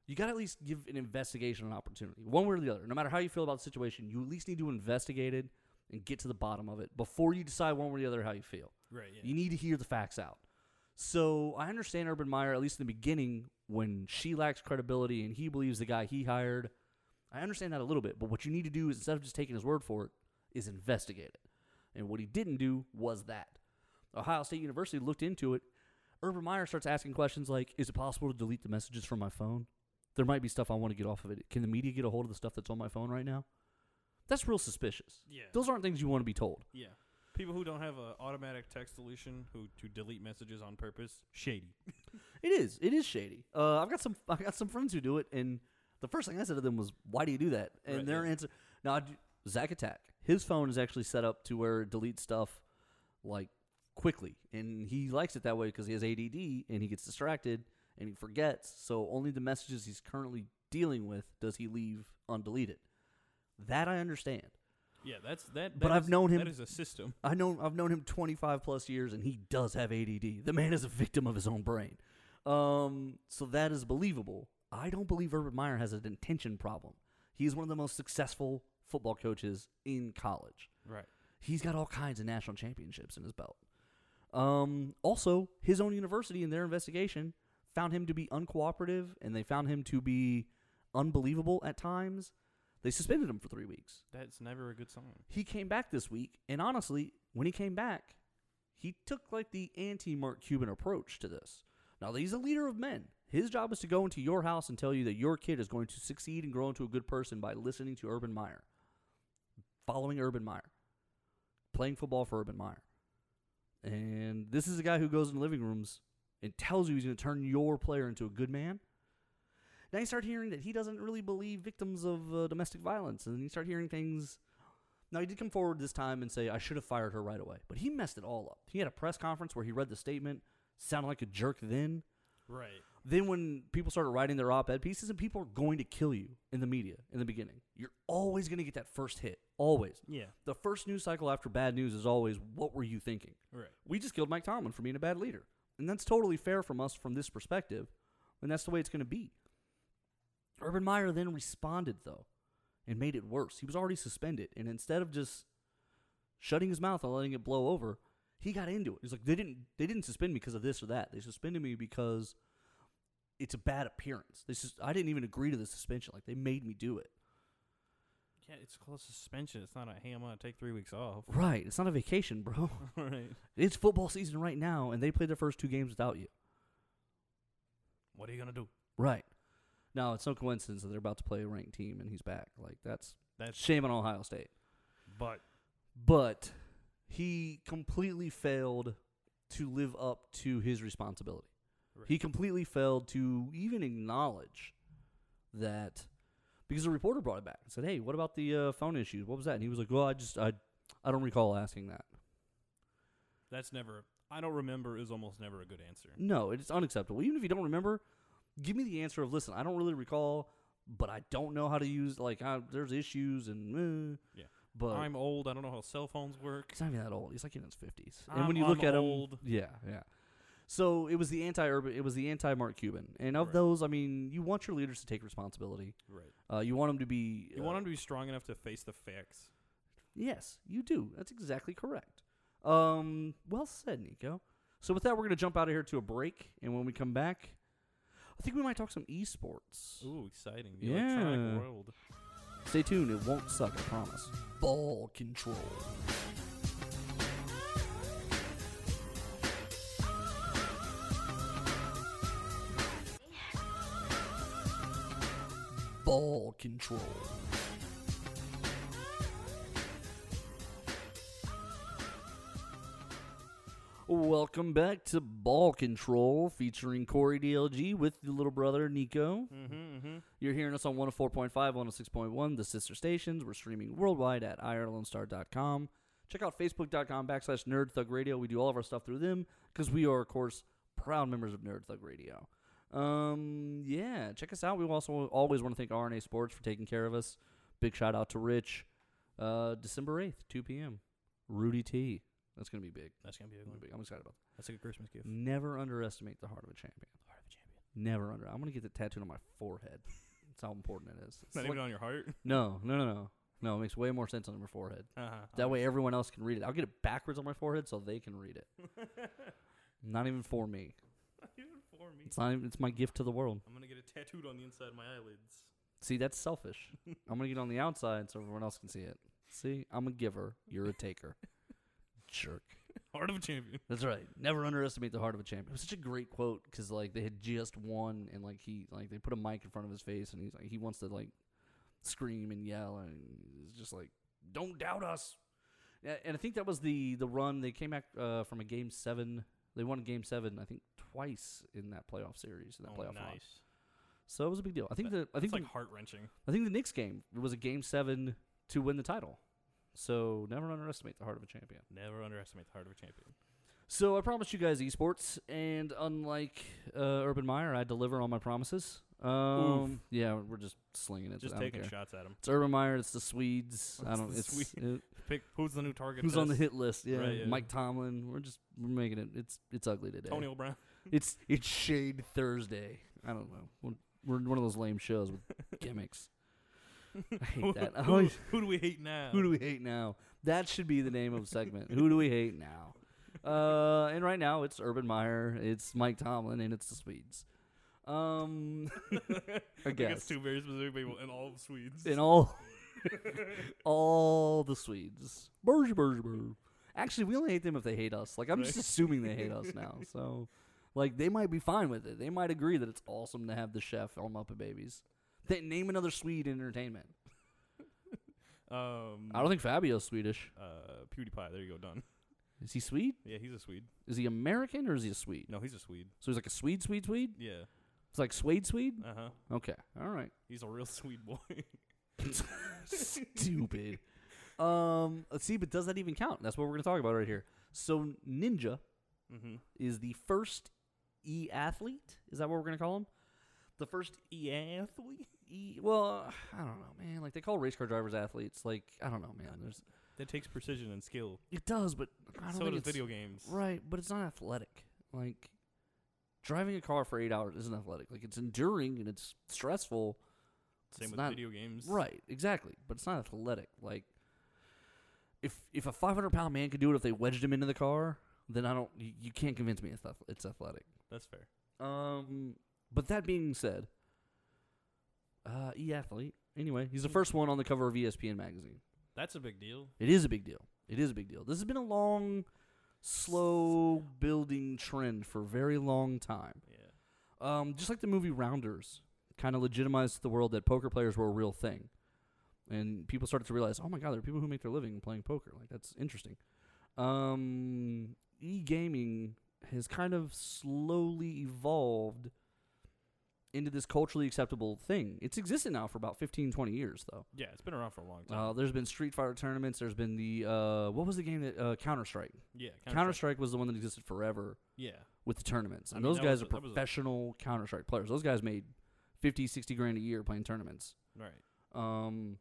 [SPEAKER 1] You got to at least give an investigation an opportunity, one way or the other. No matter how you feel about the situation, you at least need to investigate it and get to the bottom of it before you decide one way or the other how you feel.
[SPEAKER 2] Right.
[SPEAKER 1] You need to hear the facts out. So I understand Urban Meyer, at least in the beginning, when she lacks credibility and he believes the guy he hired. I understand that a little bit, but what you need to do is instead of just taking his word for it, is investigate it. And what he didn't do was that. Ohio State University looked into it. Urban Meyer starts asking questions like, Is it possible to delete the messages from my phone? There might be stuff I want to get off of it. Can the media get a hold of the stuff that's on my phone right now? That's real suspicious.
[SPEAKER 2] Yeah.
[SPEAKER 1] Those aren't things you want to be told.
[SPEAKER 2] yeah. People who don't have an automatic text deletion, who to delete messages on purpose, shady.
[SPEAKER 1] It is. It is shady. Uh, I've got some. I have got some friends who do it, and the first thing I said to them was, "Why do you do that?" And
[SPEAKER 2] Right,
[SPEAKER 1] their
[SPEAKER 2] yeah.
[SPEAKER 1] answer, "Now, I do- Zach Attack. His phone is actually set up to where it deletes stuff like quickly, and he likes it that way because he has ADD and he gets distracted and he forgets. So only the messages he's currently dealing with does he leave undeleted. That I understand.
[SPEAKER 2] Yeah, that's that.
[SPEAKER 1] But
[SPEAKER 2] that
[SPEAKER 1] I've
[SPEAKER 2] is-
[SPEAKER 1] known him-
[SPEAKER 2] That is a system.
[SPEAKER 1] I know I've known him 25 plus years, and he does have ADD. The man is a victim of his own brain. Um, so that is believable. I don't believe Urban Meyer has an intention problem. He's one of the most successful football coaches in college.
[SPEAKER 2] Right.
[SPEAKER 1] He's got all kinds of national championships in his belt. Um, also, his own university in their investigation found him to be uncooperative, and they found him to be unbelievable at times. They suspended him for three weeks
[SPEAKER 2] That's never a good sign.
[SPEAKER 1] he came back this week, and honestly, when he came back, he took like the anti Mark Cuban approach to this. Now, he's a leader of men. His job is to go into your house and tell you that your kid is going to succeed and grow into a good person by listening to Urban Meyer, following Urban Meyer, playing football for Urban Meyer. And this is a guy who goes in living rooms and tells you he's going to turn your player into a good man. Now you start hearing that he doesn't really believe victims of uh, domestic violence, and then you start hearing things now, he did come forward this time and say, I should have fired her right away. But he messed it all up. He had a press conference where he read the statement, sounded like a jerk then.
[SPEAKER 2] Right.
[SPEAKER 1] Then, when people started writing their op ed pieces, and people are going to kill you in the media in the beginning, you're always going to get that first hit. Always.
[SPEAKER 2] Yeah.
[SPEAKER 1] The first news cycle after bad news is always, What were you thinking?
[SPEAKER 2] Right.
[SPEAKER 1] We just killed Mike Tomlin for being a bad leader. And that's totally fair from us from this perspective. And that's the way it's going to be. Urban Meyer then responded, though, and made it worse. He was already suspended. And instead of just shutting his mouth and letting it blow over, he got into it. He's like, they didn't, they didn't suspend me because of this or that. They suspended me because it's a bad appearance. This is, I didn't even agree to the suspension. Like, they made me do it.
[SPEAKER 2] Yeah, it's called suspension. It's not a hey, I'm gonna take three weeks off.
[SPEAKER 1] Right. It's not a vacation, bro.
[SPEAKER 2] right.
[SPEAKER 1] It's football season right now, and they played their first two games without you.
[SPEAKER 2] What are you gonna do?
[SPEAKER 1] Right. Now it's no coincidence that they're about to play a ranked team and he's back. Like that's
[SPEAKER 2] That's
[SPEAKER 1] shame on Ohio State.
[SPEAKER 2] but
[SPEAKER 1] But he completely failed to live up to his responsibility. He completely failed to even acknowledge that because the reporter brought it back and said, "Hey, what about the uh, phone issues? What was that?" And he was like, "Well, I just I I don't recall asking that."
[SPEAKER 2] that's never. I don't remember is almost never a good answer.
[SPEAKER 1] No, it's unacceptable. Even if you don't remember, give me the answer of, "Listen, I don't really recall, but I don't know how to use like I, there's issues and uh,
[SPEAKER 2] Yeah.
[SPEAKER 1] but
[SPEAKER 2] I'm old. I don't know how cell phones work.
[SPEAKER 1] he's not even that old. He's like in his fifties.
[SPEAKER 2] I'm-
[SPEAKER 1] And when you look
[SPEAKER 2] I'm
[SPEAKER 1] at
[SPEAKER 2] old.
[SPEAKER 1] him, yeah, yeah. So it was the anti-urban. It was the anti-Mark Cuban. And of
[SPEAKER 2] Right.
[SPEAKER 1] those, I mean, you want your leaders to take responsibility.
[SPEAKER 2] Right.
[SPEAKER 1] Uh, you want them to be.
[SPEAKER 2] You
[SPEAKER 1] uh,
[SPEAKER 2] want them to be strong enough to face the facts.
[SPEAKER 1] Yes, you do. That's exactly correct. Um, well said, Nico. So with that, we're going to jump out of here to a break, and when we come back, I think we might talk some esports.
[SPEAKER 2] Ooh, exciting. The electronic
[SPEAKER 1] Yeah.
[SPEAKER 2] world.
[SPEAKER 1] Stay tuned, it won't suck, I promise. Ball control. Ball control. Welcome back to Ball Control featuring Corey DLG with the little brother Nico.
[SPEAKER 2] Mm-hmm, mm-hmm.
[SPEAKER 1] You're hearing us on 104.5, 106.1, the sister stations. We're streaming worldwide at irlonestar.com. Check out facebook.com backslash nerd thug radio. We do all of our stuff through them because we are, of course, proud members of Nerd Thug Radio. Um, yeah, check us out. We also always want to thank RNA Sports for taking care of us. Big shout out to Rich. Uh, December 8th, 2 p.m. Rudy T. That's going to be big.
[SPEAKER 2] That's gonna be a
[SPEAKER 1] That's
[SPEAKER 2] good
[SPEAKER 1] gonna be
[SPEAKER 2] one.
[SPEAKER 1] big. I'm excited about
[SPEAKER 2] That's a good Christmas gift.
[SPEAKER 1] that. Never underestimate the heart of a champion.
[SPEAKER 2] Heart of a champion.
[SPEAKER 1] Never under. I'm going to get that tattooed on my forehead. That's how important it is. It's
[SPEAKER 2] It's not
[SPEAKER 1] like-
[SPEAKER 2] even on your heart.
[SPEAKER 1] no, no, no, no. No, it makes way more sense on your forehead.
[SPEAKER 2] Uh-huh.
[SPEAKER 1] That way everyone else can read it. I'll get it backwards on my forehead so they can read it. not even for me.
[SPEAKER 2] Even for me.
[SPEAKER 1] It's not even, it's my gift to the world.
[SPEAKER 2] I'm gonna get it tattooed on the inside of my eyelids.
[SPEAKER 1] See, that's selfish. I'm going to get it on the outside so everyone else can see it. See, I'm a giver, you're a taker. Jerk.
[SPEAKER 2] Heart of a champion.
[SPEAKER 1] That's right. Never underestimate the heart of a champion. It was such a great quote because like they had just won and like he like they put a mic in front of his face and he's like he wants to like scream and yell and it's just like don't doubt us. A- And I think that was the the run they came back uh, from a game seven. They won game seven I think twice in that playoff series in that
[SPEAKER 2] oh,
[SPEAKER 1] playoff run.
[SPEAKER 2] nice.
[SPEAKER 1] So it was a big deal. I think the I
[SPEAKER 2] It's
[SPEAKER 1] think the,
[SPEAKER 2] like heart wrenching.
[SPEAKER 1] I think the Knicks game was a game seven to win the title. So never underestimate the heart of a champion.
[SPEAKER 2] Never underestimate the heart of a champion.
[SPEAKER 1] So I promised you guys esports, and unlike uh, Urban Meyer, I deliver on my promises. Um, yeah, we're just slinging it.
[SPEAKER 2] Just
[SPEAKER 1] I don't
[SPEAKER 2] taking
[SPEAKER 1] care.
[SPEAKER 2] shots at him.
[SPEAKER 1] It's Urban Meyer. It's the Swedes. I
[SPEAKER 2] It's
[SPEAKER 1] don't.
[SPEAKER 2] the
[SPEAKER 1] It's
[SPEAKER 2] Swedes.
[SPEAKER 1] it-
[SPEAKER 2] Pick who's the new target.
[SPEAKER 1] who's on the
[SPEAKER 2] test?
[SPEAKER 1] hit list. Yeah,
[SPEAKER 2] Right, yeah.
[SPEAKER 1] Mike Tomlin. We're just we're making it. It's it's ugly today.
[SPEAKER 2] Tony O'Brien.
[SPEAKER 1] It's it's Shade Thursday. I don't know. We're, we're one of those lame shows with gimmicks. I hate that. Oh, I
[SPEAKER 2] who,
[SPEAKER 1] always-
[SPEAKER 2] who do we hate now?
[SPEAKER 1] Who do we hate now? That should be the name of the segment. Who do we hate now? Uh, and right now it's Urban Meyer, it's Mike Tomlin, and it's the Swedes. Um, I
[SPEAKER 2] Like, it's
[SPEAKER 1] guess
[SPEAKER 2] two very specific people and all of Swedes.
[SPEAKER 1] in all, all the Swedes. Burge, burge, burge. Actually, we only hate them if they hate us. Like I'm just
[SPEAKER 2] Right.
[SPEAKER 1] assuming they hate us now. So, like they might be fine with it. They might agree that it's awesome to have the chef on Muppet Babies. They, name another Swede in entertainment.
[SPEAKER 2] um,
[SPEAKER 1] I don't think Fabio's Swedish.
[SPEAKER 2] uh, PewDiePie. There you go. Done.
[SPEAKER 1] Is he Swede?
[SPEAKER 2] Yeah, he's a Swede.
[SPEAKER 1] Is he American or is he a Swede?
[SPEAKER 2] No, he's a Swede.
[SPEAKER 1] So he's like a Swede, Swede, Swede.
[SPEAKER 2] Yeah.
[SPEAKER 1] It's like Swede, Swede.
[SPEAKER 2] Uh huh.
[SPEAKER 1] Okay, all right.
[SPEAKER 2] He's a real Swede boy.
[SPEAKER 1] Stupid. um, let's see, but does that even count? That's what we're gonna talk about right here. So Ninja
[SPEAKER 2] mm-hmm.
[SPEAKER 1] is the first e athlete. Is that what we're gonna call him? The first
[SPEAKER 2] Yeah, athlete.
[SPEAKER 1] e. Well, I don't know, man. Like they call race car drivers athletes. Like I don't know, man. There's
[SPEAKER 2] That takes precision and skill.
[SPEAKER 1] it does, but I don't
[SPEAKER 2] So
[SPEAKER 1] think
[SPEAKER 2] does
[SPEAKER 1] it's
[SPEAKER 2] video games.
[SPEAKER 1] right. But it's not athletic. Like driving a car for eight hours isn't athletic. Like it's enduring and it's stressful.
[SPEAKER 2] Same
[SPEAKER 1] It's
[SPEAKER 2] with
[SPEAKER 1] not-
[SPEAKER 2] video games.
[SPEAKER 1] Right, exactly. But it's not athletic. Like, if if a 500 pound man could do it if they wedged him into the car, then I don't. You, you can't convince me it's ath- it's athletic.
[SPEAKER 2] That's fair.
[SPEAKER 1] Um, but that being said, uh, e athlete. Anyway, he's the first one on the cover of E ESPN magazine.
[SPEAKER 2] That's a big deal.
[SPEAKER 1] It is a big deal. It is a big deal. This has been a long, slow building trend for a very long time.
[SPEAKER 2] Yeah.
[SPEAKER 1] Um, just like the movie Rounders kind of legitimized the world that poker players were a real thing. And people started to realize, oh my God, there are people who make their living playing poker. Like, that's interesting. Um, e gaming has kind of slowly evolved into this culturally acceptable thing. It's existed now for about 15, 20 years, though.
[SPEAKER 2] Yeah, it's been around for a long time.
[SPEAKER 1] Uh, there's been Street Fighter tournaments. There's been the, uh, what was the game that, uh, Counter Strike?
[SPEAKER 2] yeah.
[SPEAKER 1] Counter Strike was the one that existed forever
[SPEAKER 2] Yeah.
[SPEAKER 1] with the tournaments.
[SPEAKER 2] I
[SPEAKER 1] And
[SPEAKER 2] mean,
[SPEAKER 1] those
[SPEAKER 2] that
[SPEAKER 1] guys
[SPEAKER 2] was
[SPEAKER 1] are
[SPEAKER 2] a- that was a-
[SPEAKER 1] professional Counter Strike players. Those guys made 50, 60 grand a year playing tournaments.
[SPEAKER 2] Right.
[SPEAKER 1] Um,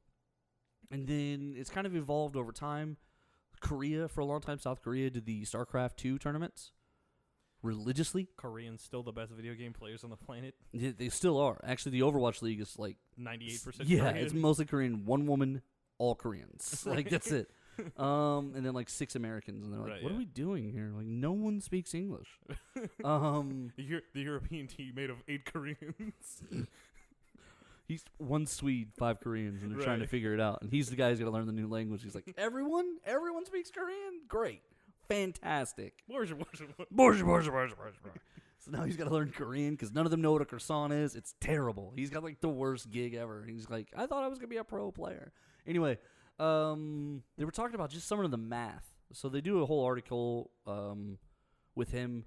[SPEAKER 1] and then it's kind of evolved over time. Korea, for a long time, South Korea did the StarCraft 2 tournaments religiously.
[SPEAKER 2] Koreans still the best video game players on the planet.
[SPEAKER 1] They they still are. Actually, the Overwatch League is like,
[SPEAKER 2] Ninety-eight percent.
[SPEAKER 1] yeah,
[SPEAKER 2] Korean.
[SPEAKER 1] it's mostly Korean, one woman, all Koreans. like, that's it. um, and then like six Americans, and they're like,
[SPEAKER 2] Right,
[SPEAKER 1] "What are
[SPEAKER 2] yeah.
[SPEAKER 1] we doing here? Like, no one speaks English." um,
[SPEAKER 2] The, Euro- the European team made of eight Koreans.
[SPEAKER 1] he's one Swede, five Koreans, and they're trying to
[SPEAKER 2] Right.
[SPEAKER 1] figure it out. And he's the guy who's gonna learn the new language. He's like, "Everyone, everyone speaks Korean. Great, fantastic."
[SPEAKER 2] Where's your- where's your- what-
[SPEAKER 1] Borscht, borscht, borscht, borscht, borscht. So now he's got to learn Korean because none of them know what a croissant is. It's terrible. He's got like the worst gig ever. He's like, I thought I was gonna be a pro player. Anyway, um, they were talking about just some of the math. So they do a whole article um, with him,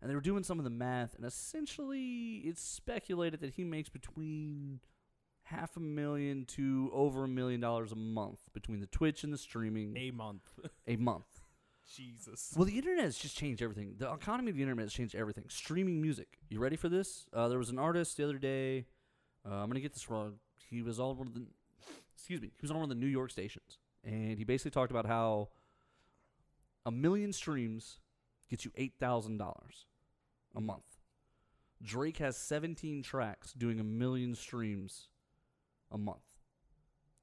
[SPEAKER 1] and they were doing some of the math, and essentially it's speculated that he makes between half a million to over a million dollars a month between the Twitch and the streaming
[SPEAKER 2] A month.
[SPEAKER 1] a month.
[SPEAKER 2] Jesus.
[SPEAKER 1] Well, the internet has just changed everything. The economy of the internet has changed everything. Streaming music. You ready for this? Uh, there was an artist the other day. Uh, I'm gonna get this wrong. He was on one of the, excuse me, he was on one of the New York stations, and he basically talked about how a million streams gets you eight thousand dollars a month. Drake has 17 tracks doing a million streams a month.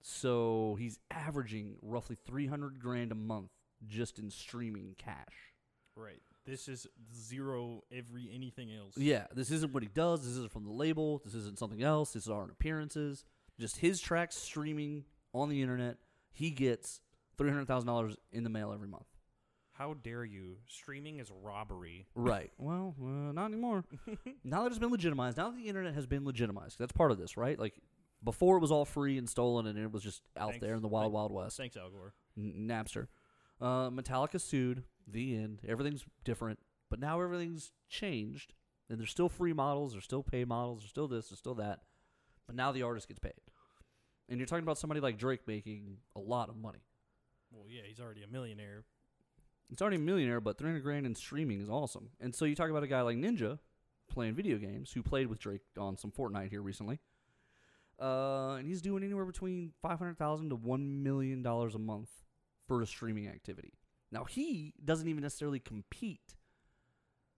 [SPEAKER 1] So he's averaging roughly 300 grand a month just in streaming cash.
[SPEAKER 2] Right. This is zero every anything else.
[SPEAKER 1] Yeah, this isn't what he does. This isn't from the label. This isn't something else. This is our appearances. Just his tracks streaming on the internet. He gets $300,000 in the mail every month.
[SPEAKER 2] How dare you? Streaming is robbery.
[SPEAKER 1] Right. Well, uh, not anymore. now that it's been legitimized, now that the internet has been legitimized, that's part of this, right? Like before, it was all free and stolen, and it was just out
[SPEAKER 2] Thanks.
[SPEAKER 1] there in the wild,
[SPEAKER 2] Thank-
[SPEAKER 1] wild west.
[SPEAKER 2] Thanks, Al Gore.
[SPEAKER 1] N- Napster. Uh, Metallica sued. The end. Everything's different, but now everything's changed, and there's still free models, there's still pay models, there's still this, there's still that, but now the artist gets paid. And you're talking about somebody like Drake making a lot of money.
[SPEAKER 2] Well, yeah, he's already a millionaire.
[SPEAKER 1] It's already a millionaire, but 300 grand in streaming is awesome. And so you talk about a guy like Ninja playing video games, who played with Drake on some Fortnite here recently. Uh, and he's doing anywhere between 500,000 to 1 million dollars a month for a streaming activity. Now he doesn't even necessarily compete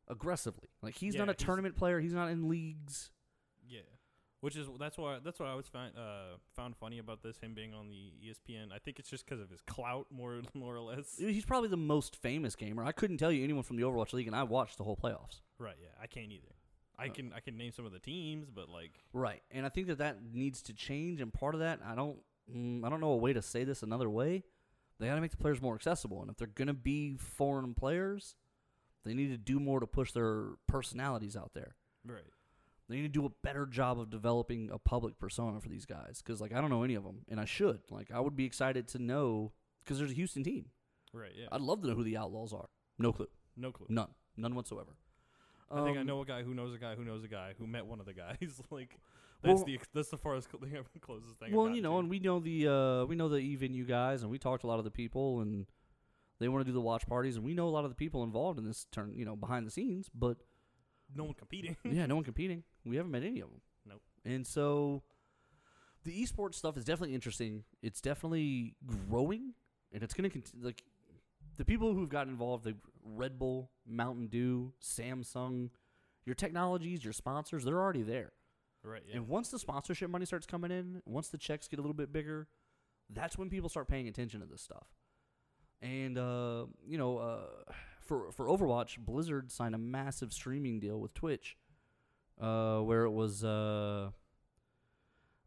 [SPEAKER 1] aggressively. Like he's not
[SPEAKER 2] Yeah,
[SPEAKER 1] a
[SPEAKER 2] he's-
[SPEAKER 1] tournament player, he's not in leagues.
[SPEAKER 2] Yeah. Which is that's why that's what I always find uh, found funny about this him being on the E ESPN. I think it's just because of his clout, more more or less.
[SPEAKER 1] He's probably the most famous gamer. I couldn't tell you anyone from the Overwatch League and I watched the whole playoffs.
[SPEAKER 2] Right. Yeah. I can't either. I
[SPEAKER 1] Uh,
[SPEAKER 2] can I can name some of the teams, but like
[SPEAKER 1] Right, and I think that that needs to change. And part of that, I don't, mm, I don't know a way to say this another way. They got to make the players more accessible, and if they're gonna be foreign players, they need to do more to push their personalities out there.
[SPEAKER 2] right.
[SPEAKER 1] They need to do a better job of developing a public persona for these guys. Because like I don't know any of them, and I should. Like I would be excited to know because there's a Houston team.
[SPEAKER 2] Right. Yeah.
[SPEAKER 1] I'd love to know who the Outlaws are. No clue,
[SPEAKER 2] no clue.
[SPEAKER 1] none, none whatsoever.
[SPEAKER 2] I think I
[SPEAKER 1] Um,
[SPEAKER 2] know a guy who knows a guy who knows a guy who met one of the guys. like that's
[SPEAKER 1] Well-
[SPEAKER 2] the ex- that's the farthest cl- thing I've closest thing. I've
[SPEAKER 1] Well, you
[SPEAKER 2] gotten
[SPEAKER 1] know,
[SPEAKER 2] to.
[SPEAKER 1] and we know the uh, we know the even you guys, and we talked to a lot of the people, and they want to do the watch parties, and we know a lot of the people involved in this turn, you know, behind the scenes. But
[SPEAKER 2] no one competing.
[SPEAKER 1] yeah, no one competing. We haven't met any of them.
[SPEAKER 2] Nope.
[SPEAKER 1] And so, the esports stuff is definitely interesting. It's definitely growing, and it's going to continue. Like the people who've gotten involved, the Red Bull, Mountain Dew, Samsung, your technologies, your sponsors, they're already there.
[SPEAKER 2] right. Yeah.
[SPEAKER 1] And once the sponsorship money starts coming in, once the checks get a little bit bigger, that's when people start paying attention to this stuff. And uh, you know, uh, for for Overwatch, Blizzard signed a massive streaming deal with Twitch, uh, where it was, uh,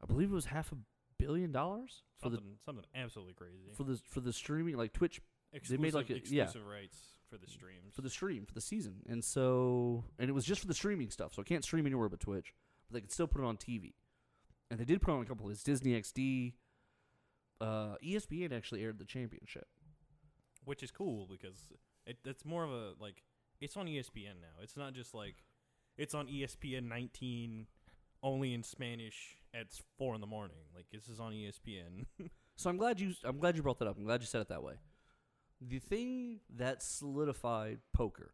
[SPEAKER 1] I believe it was half a billion dollars for
[SPEAKER 2] something something absolutely crazy.
[SPEAKER 1] the for the for the streaming, like Twitch they
[SPEAKER 2] exclusive,
[SPEAKER 1] made, like, a- yeah.
[SPEAKER 2] exclusive rights for the streams.
[SPEAKER 1] for the stream for the season, and so and it was just for the streaming stuff. So it can't stream anywhere but Twitch, but they could still put it on TV. And they did put on a couple of his Disney XD. Uh, ESPN actually aired the championship.
[SPEAKER 2] which is cool because it, it's more of a like it's on E ESPN now. It's not just like it's on E ESPN 19 only in Spanish at s- four in the morning. Like this is on E ESPN.
[SPEAKER 1] So I'm glad you I'm glad you brought that up. I'm glad you said it that way. The thing that solidified poker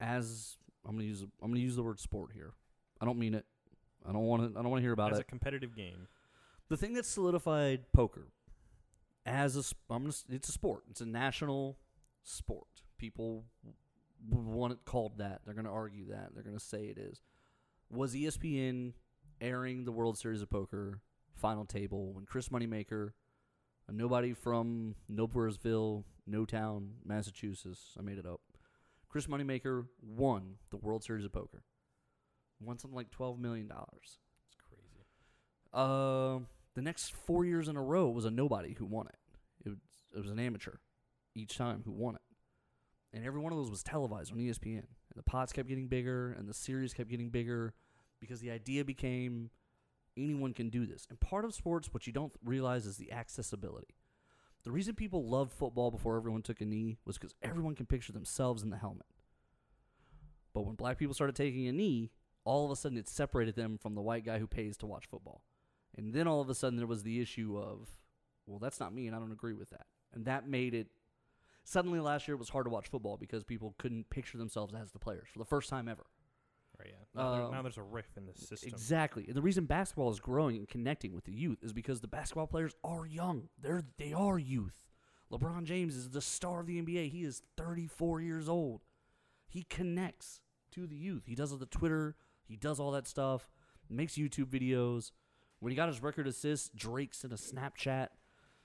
[SPEAKER 1] as I'm gonna use I'm gonna use the word sport here. I don't mean it. I don't want to. I don't want to hear about
[SPEAKER 2] As
[SPEAKER 1] it.
[SPEAKER 2] a competitive game,
[SPEAKER 1] the thing that solidified poker as a sp- I'm gonna, s- it's a sport. It's a national sport. People w- want it called that. They're going to argue that. They're going to say it is. Was E ESPN airing the World Series of Poker final table when Chris Moneymaker a nobody from Noblesville, Newtown, Massachusetts. I made it up. Chris Moneymaker won the World Series of Poker. Won something like twelve million dollars.
[SPEAKER 2] It's crazy.
[SPEAKER 1] Um, the next four years in a row was a nobody who won it. It was, it was an amateur each time who won it. And every one of those was televised on E ESPN. And the pots kept getting bigger and the series kept getting bigger because the idea became anyone can do this. And part of sports, what you don't realize is the accessibility. The reason people loved football before everyone took a knee was because everyone can picture themselves in the helmet. But when black people started taking a knee, all of a sudden it separated them from the white guy who pays to watch football. And then all of a sudden there was the issue of, well, that's not me and I don't agree with that. And that made it suddenly last year it was hard to watch football because people couldn't picture themselves as the players for the first time ever.
[SPEAKER 2] Right, yeah. Now, there-
[SPEAKER 1] Um,
[SPEAKER 2] now there's a riff in the system.
[SPEAKER 1] Exactly. And the reason basketball is growing and connecting with the youth is because the basketball players are young. They're they are youth. LeBron James is the star of the NBA. He is 34 years old. He connects to the youth. He does all the Twitter, he does all that stuff, makes YouTube videos. When he got his record assist, Drake sent a Snapchat.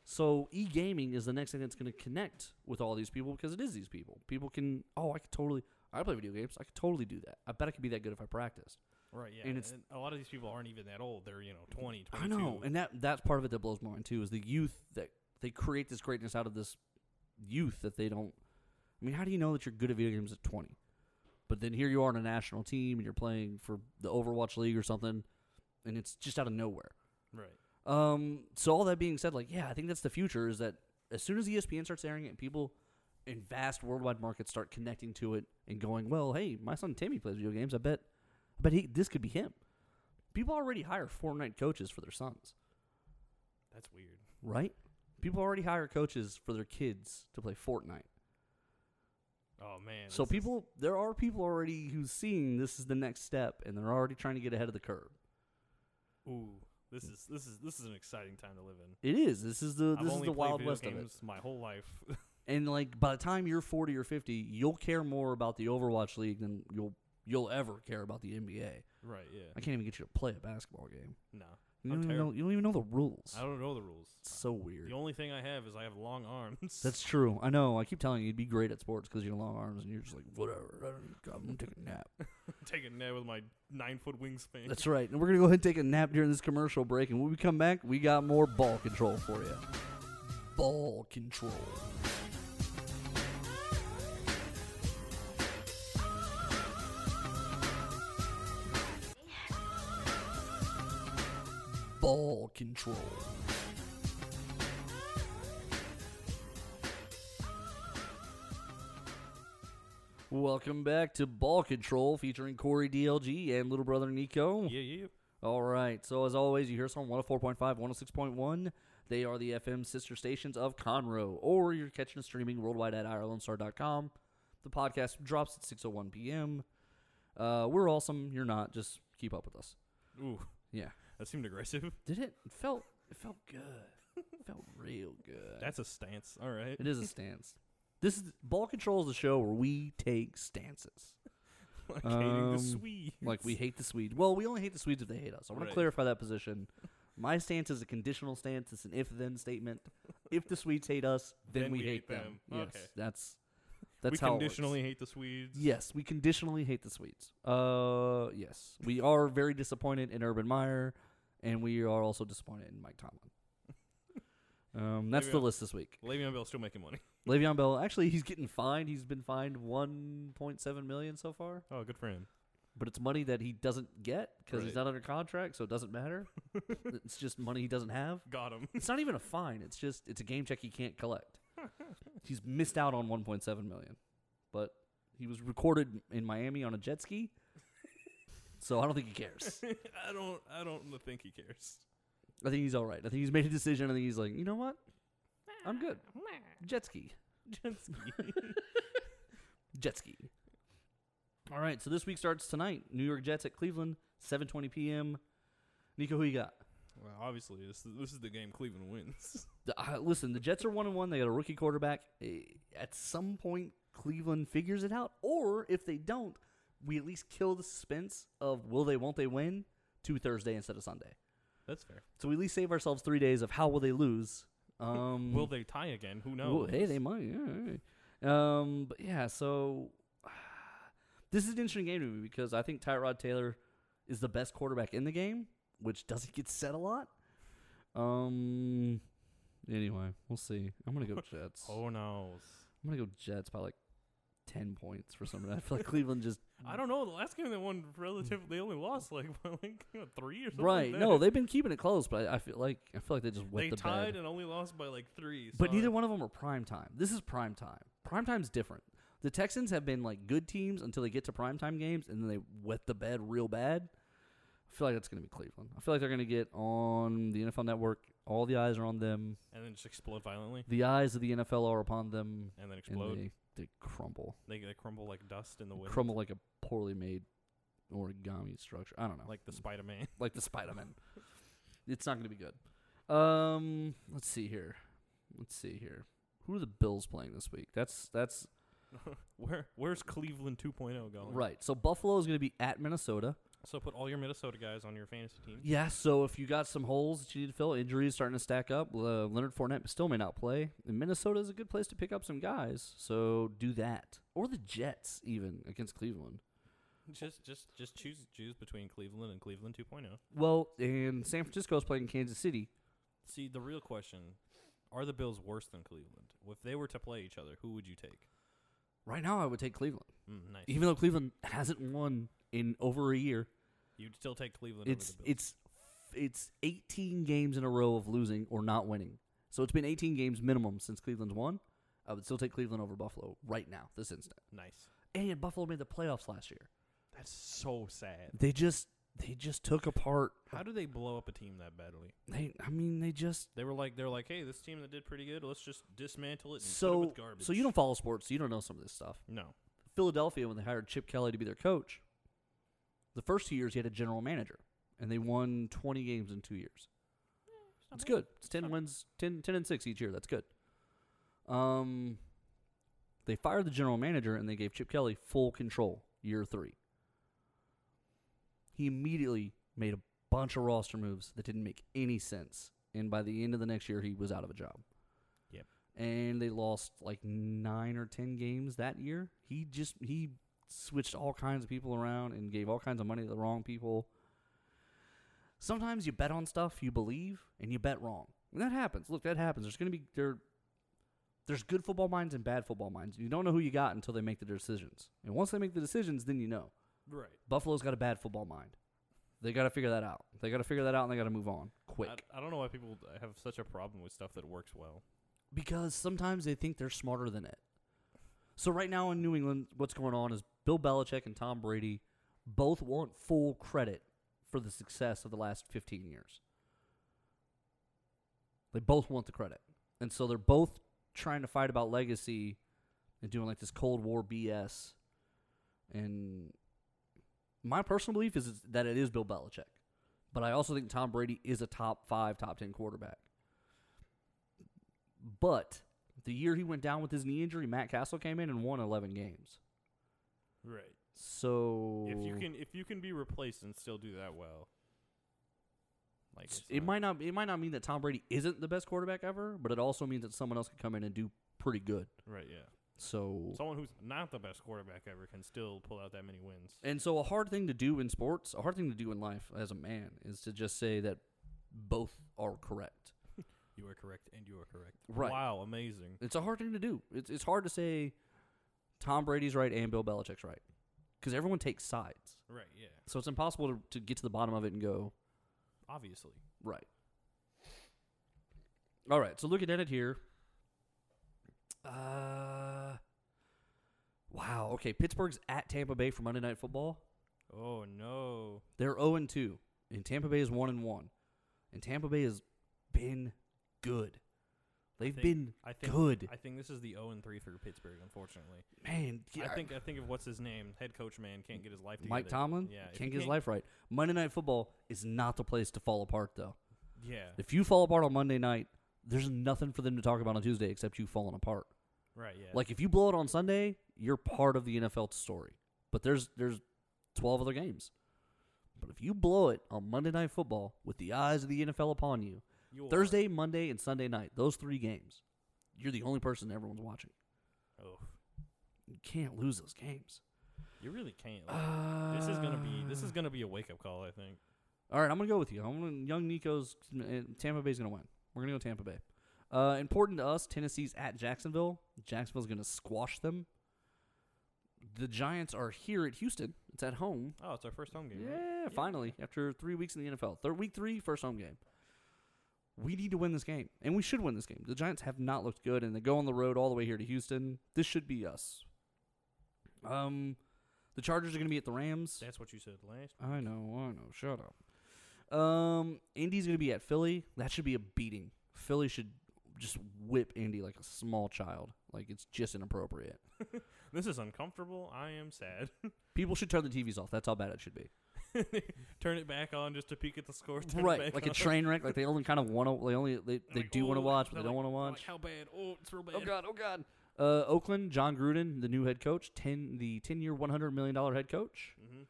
[SPEAKER 1] So e gaming is the next thing that's going to connect with all these people because it is these people. People can, oh, I could totally, I play video games. I could totally do that. I bet I could be that good if I practiced.
[SPEAKER 2] Right, yeah.
[SPEAKER 1] and
[SPEAKER 2] And,
[SPEAKER 1] it's-
[SPEAKER 2] a lot of these people aren't even that old. They're, you know, 20,
[SPEAKER 1] I
[SPEAKER 2] 22.
[SPEAKER 1] know, and that that's part of it that blows my mind too. Is the youth that they create this greatness out of this youth that they don't. I mean, how do you know that you're good at video games at 20? But then here you are on a national team and you're playing for the Overwatch League or something, and it's just out of nowhere.
[SPEAKER 2] right.
[SPEAKER 1] Um, so all that being said, like, yeah, I think that's the future. Is that as soon as E ESPN starts airing it, and people in vast worldwide markets start connecting to it and going, well, hey, my son Timmy plays video games. I bet, I bet he this could be him. People already hire Fortnite coaches for their sons
[SPEAKER 2] That's weird.
[SPEAKER 1] right? People already hire coaches for their kids to play Fortnite.
[SPEAKER 2] Oh, man.
[SPEAKER 1] so
[SPEAKER 2] this is-
[SPEAKER 1] people, there are people already who's seeing this is the next step, and they're already trying to get ahead of the curve.
[SPEAKER 2] ooh. This is this is this is an exciting time to live in.
[SPEAKER 1] It is. This is the
[SPEAKER 2] I've
[SPEAKER 1] this is
[SPEAKER 2] only
[SPEAKER 1] the
[SPEAKER 2] played
[SPEAKER 1] wild
[SPEAKER 2] video
[SPEAKER 1] west of it.
[SPEAKER 2] games my whole life.
[SPEAKER 1] And like by the time you're 40 or 50, you'll care more about the Overwatch League than you'll you'll ever care about the NBA.
[SPEAKER 2] right, yeah.
[SPEAKER 1] I can't even get you to play a basketball game.
[SPEAKER 2] No.
[SPEAKER 1] You
[SPEAKER 2] I'm
[SPEAKER 1] don't, even know,
[SPEAKER 2] terrible.
[SPEAKER 1] you don't even know the rules.
[SPEAKER 2] I don't know the rules.
[SPEAKER 1] It's so weird.
[SPEAKER 2] The only thing I have is I have long arms.
[SPEAKER 1] That's true. I know. I keep telling you, you'd be great at sports because you're long arms and you're just like, whatever. I don't, I'm going to take a nap.
[SPEAKER 2] taking a nap with my nine foot wingspan.
[SPEAKER 1] That's right. And we're going to go ahead and take a nap during this commercial break. And when we come back, we got more ball control for you. Ball control. Ball control. Welcome back to Ball Control featuring Corey DLG and little brother Nico.
[SPEAKER 2] yeah, yeah.
[SPEAKER 1] All right. So as always, you hear us on 104.5, 106.1. They are the FM sister stations of Conroe, or you're catching us streaming worldwide at IrelandStar.com. The podcast drops at 6.01 p.m. Uh, we're awesome. You're not. Just keep up with us.
[SPEAKER 2] Ooh,
[SPEAKER 1] Yeah.
[SPEAKER 2] that seemed aggressive.
[SPEAKER 1] Did it? It felt, it felt good. It felt real good.
[SPEAKER 2] That's a stance. All right.
[SPEAKER 1] it is a stance. This is ball control is the show where we take stances.
[SPEAKER 2] like hating
[SPEAKER 1] Um,
[SPEAKER 2] the Swedes.
[SPEAKER 1] Like we hate the Swedes. Well, we only hate the Swedes if they hate us. I want to
[SPEAKER 2] Right.
[SPEAKER 1] clarify that position. My stance is a conditional stance. It's an if-then statement. If the Swedes hate us, then, we, hate them.
[SPEAKER 2] them.
[SPEAKER 1] Yes,
[SPEAKER 2] Okay.
[SPEAKER 1] that's that's
[SPEAKER 2] we
[SPEAKER 1] how
[SPEAKER 2] conditionally
[SPEAKER 1] It works.
[SPEAKER 2] hate the Swedes.
[SPEAKER 1] Yes, we conditionally hate the Swedes. Uh, yes, we are very disappointed in Urban Meyer, and we are also disappointed in Mike Tomlin. Um, that's the
[SPEAKER 2] Le'Veon-
[SPEAKER 1] list this week.
[SPEAKER 2] Le'Veon Bell's still making money.
[SPEAKER 1] Le'Veon Bell, actually, he's getting fined. He's been fined one point seven million so far
[SPEAKER 2] Oh, good for him.
[SPEAKER 1] but it's money that he doesn't get because he's
[SPEAKER 2] Right.
[SPEAKER 1] not under contract, so it doesn't matter. it's just money he doesn't have.
[SPEAKER 2] Got him.
[SPEAKER 1] It's not even a fine. It's just it's a game check he can't collect. he's missed out on 1.7 million, but he was recorded in Miami on a jet ski, so I don't think he cares.
[SPEAKER 2] I don't. I don't think he cares.
[SPEAKER 1] I think he's all right. I think he's made a decision. I think he's like, you know what, I'm good. Jet ski. jet ski. All right, so this week starts tonight. New York Jets at Cleveland, 7:20 p.m. Nico, who you got?
[SPEAKER 2] Well, obviously, this this is the game Cleveland wins.
[SPEAKER 1] The- uh, listen, the Jets are one and one. They got a rookie quarterback. Eh, At some point, Cleveland figures it out, or if they don't, we at least kill the suspense of will they, won't they win to Thursday instead of Sunday.
[SPEAKER 2] That's fair.
[SPEAKER 1] So we at least save ourselves three days of how will they lose Um,
[SPEAKER 2] Will they tie again? Who knows?
[SPEAKER 1] well, hey, they might. Yeah, all right. Um, but yeah, so this is an interesting game to me because I think Tyrod Taylor is the best quarterback in the game, which doesn't get said a lot. Um. Anyway, we'll see. I'm gonna go Jets.
[SPEAKER 2] Oh no!
[SPEAKER 1] I'm gonna go Jets by like ten points for some reason. I feel like Cleveland just
[SPEAKER 2] I don't know. The last game they won relatively, they only lost like, by, like you know, three or something.
[SPEAKER 1] right.
[SPEAKER 2] Like that.
[SPEAKER 1] No, they've been keeping it close, but I, I feel like I feel like they just wet
[SPEAKER 2] they
[SPEAKER 1] the
[SPEAKER 2] tied
[SPEAKER 1] bed.
[SPEAKER 2] and only lost by like three.
[SPEAKER 1] But neither
[SPEAKER 2] sorry.
[SPEAKER 1] one of them are prime time. This is prime time. Prime time's different. The Texans have been like good teams until they get to prime time games, and then they wet the bed real bad. I feel like that's gonna be Cleveland. I feel like they're gonna get on the NFL Network. All the eyes are on them.
[SPEAKER 2] and then just explode violently,
[SPEAKER 1] The eyes of the NFL are upon them,
[SPEAKER 2] and then explode.
[SPEAKER 1] and they, they crumble,
[SPEAKER 2] they, they crumble like dust in the wind,
[SPEAKER 1] crumble like a poorly made origami structure. I don't know.
[SPEAKER 2] like the Spider Man.
[SPEAKER 1] like the Spider Man. it's not going to be good. Um, let's see here. Let's see here. Who are the Bills playing this week? That's that's
[SPEAKER 2] Where where's Cleveland 2.0 going?
[SPEAKER 1] right. So Buffalo is going to be at Minnesota.
[SPEAKER 2] So put all your Minnesota guys on your fantasy team.
[SPEAKER 1] Yeah. So if you got some holes that you need to fill, injuries starting to stack up. Uh, Leonard Fournette still may not play. And Minnesota is a good place to pick up some guys. So do that, or the Jets even against Cleveland.
[SPEAKER 2] Just just just choose choose between Cleveland and Cleveland oh. 2.0.
[SPEAKER 1] Well, and San Francisco is playing Kansas City.
[SPEAKER 2] See, the real question: Are the Bills worse than Cleveland? If they were to play each other, who would you take?
[SPEAKER 1] Right now, I would take Cleveland,
[SPEAKER 2] Mm, nice.
[SPEAKER 1] even though Cleveland hasn't won in over a year.
[SPEAKER 2] You'd still take Cleveland
[SPEAKER 1] it's
[SPEAKER 2] over the Bills.
[SPEAKER 1] it's it's 18 games in a row of losing or not winning. So it's been 18 games minimum since Cleveland's won. I would still take Cleveland over Buffalo right now, this instant.
[SPEAKER 2] nice.
[SPEAKER 1] And Buffalo made the playoffs last year.
[SPEAKER 2] That's so sad.
[SPEAKER 1] They just they just took apart.
[SPEAKER 2] How do they blow up a team that badly?
[SPEAKER 1] They I mean they just
[SPEAKER 2] They were like, they're like, hey, this team that did pretty good, let's just dismantle it and put it
[SPEAKER 1] so
[SPEAKER 2] with garbage.
[SPEAKER 1] so you don't follow sports, so you don't know some of this stuff.
[SPEAKER 2] No.
[SPEAKER 1] Philadelphia when they hired Chip Kelly to be their coach, the first two years he had a general manager, and they won 20 games in two years. It's good. It's 10
[SPEAKER 2] not-
[SPEAKER 1] wins, 10, 10 and 6 each year. That's good. Um, they fired the general manager and they gave Chip Kelly full control year three. He immediately made a bunch of roster moves that didn't make any sense. And by the end of the next year, he was out of a job.
[SPEAKER 2] Yep.
[SPEAKER 1] And they lost like nine or 10 games that year. He just, he switched all kinds of people around and gave all kinds of money to the wrong people sometimes you bet on stuff you believe and you bet wrong. And that happens. Look, that happens. There's going to be there there's good football minds and bad football minds. You don't know who you got until they make the decisions. And once they make the decisions, then you know.
[SPEAKER 2] Right.
[SPEAKER 1] Buffalo's got a bad football mind. They got to figure that out. They got to figure that out and they got to move on quick.
[SPEAKER 2] I, I don't know why people have such a problem with stuff that works well.
[SPEAKER 1] because sometimes they think they're smarter than it. So right now in New England, what's going on is Bill Belichick and Tom Brady both want full credit for the success of the last 15 years. They both want the credit. And so they're both trying to fight about legacy and doing like this Cold War BS. And my personal belief is that it is Bill Belichick. But I also think Tom Brady is a top 5 top 10 quarterback. But the year he went down with his knee injury, Matt Castle came in and won 11 games.
[SPEAKER 2] Right.
[SPEAKER 1] So
[SPEAKER 2] If you can if you can be replaced and still do that well, like
[SPEAKER 1] it's-
[SPEAKER 2] it's
[SPEAKER 1] it
[SPEAKER 2] not-
[SPEAKER 1] might not it might not mean that Tom Brady isn't the best quarterback ever, but it also means that someone else could come in and do pretty good.
[SPEAKER 2] Right. Yeah.
[SPEAKER 1] So,
[SPEAKER 2] Someone who's not the best quarterback ever can still pull out that many wins.
[SPEAKER 1] and so a hard thing to do in sports, a hard thing to do in life as a man is to just say that both are correct.
[SPEAKER 2] You are correct, and you are correct.
[SPEAKER 1] Right.
[SPEAKER 2] Wow. Amazing.
[SPEAKER 1] It's a hard thing to do. It's it's hard to say Tom Brady's right and Bill Belichick's right because everyone takes sides.
[SPEAKER 2] Right. Yeah.
[SPEAKER 1] So it's impossible to, to get to the bottom of it and go,
[SPEAKER 2] Obviously.
[SPEAKER 1] Right. All right. So looking at it here. Uh, wow. Okay. Pittsburgh's at Tampa Bay for Monday Night Football.
[SPEAKER 2] Oh no.
[SPEAKER 1] They're 0 and 2, and Tampa Bay is 1 and 1. And Tampa Bay has been good. They've
[SPEAKER 2] think-
[SPEAKER 1] been
[SPEAKER 2] I think
[SPEAKER 1] good.
[SPEAKER 2] I think this is the 0 and 3 for Pittsburgh, unfortunately.
[SPEAKER 1] man. yeah,
[SPEAKER 2] I think I think of what's his name, head coach man can't get his life together.
[SPEAKER 1] Mike Tomlin
[SPEAKER 2] Yeah, if you
[SPEAKER 1] can't get his
[SPEAKER 2] can't-
[SPEAKER 1] life right. Monday Night Football is not the place to fall apart though.
[SPEAKER 2] Yeah.
[SPEAKER 1] If you fall apart on Monday night, there's nothing for them to talk about on Tuesday except you falling apart.
[SPEAKER 2] Right, yeah.
[SPEAKER 1] Like if you blow it on Sunday, you're part of the NFL story. But there's there's 12 other games. But if you blow it on Monday Night Football with the eyes of the NFL upon you,
[SPEAKER 2] You are-
[SPEAKER 1] Thursday, Monday, and Sunday night. Those three games. You're the only person everyone's watching.
[SPEAKER 2] Oh,
[SPEAKER 1] You can't lose those games.
[SPEAKER 2] you really can't. Like, this is gonna be this is gonna be a wake up call. I think.
[SPEAKER 1] All right, I'm gonna go with you. I'm gonna, young Nico's uh, Tampa Bay's gonna win. We're gonna go Tampa Bay. Uh, important to us, Tennessee's at Jacksonville. Jacksonville's gonna squash them. The Giants are here at Houston. It's at home.
[SPEAKER 2] Oh, it's our first home game. right?
[SPEAKER 1] Yeah, finally after three weeks in the NFL, third week three, first home game. We need to win this game, and we should win this game. The Giants have not looked good, and they go on the road all the way here to Houston. This should be us. Um, the Chargers are gonna be at the Rams.
[SPEAKER 2] That's what you said last.
[SPEAKER 1] I know, I know. Shut up. Um, Indy's gonna be at Philly. That should be a beating. Philly should just whip Indy like a small child. Like it's just inappropriate.
[SPEAKER 2] This is uncomfortable. I am sad.
[SPEAKER 1] People should turn the TVs off. That's how bad it should be.
[SPEAKER 2] Turn it back on just to peek at the score. turn it
[SPEAKER 1] Right,
[SPEAKER 2] back
[SPEAKER 1] like a
[SPEAKER 2] on.
[SPEAKER 1] train wreck. Like they only kind of want to. They only they, they
[SPEAKER 2] Like,
[SPEAKER 1] do want
[SPEAKER 2] oh,
[SPEAKER 1] to watch, but
[SPEAKER 2] they're
[SPEAKER 1] they don't
[SPEAKER 2] like-
[SPEAKER 1] want to
[SPEAKER 2] they're
[SPEAKER 1] watch.
[SPEAKER 2] Like, how bad? Oh, it's real bad.
[SPEAKER 1] oh god! Oh god! Uh, Oakland, John Gruden, the new head coach, ten the ten year, one hundred million dollar head coach.
[SPEAKER 2] Mm-hmm.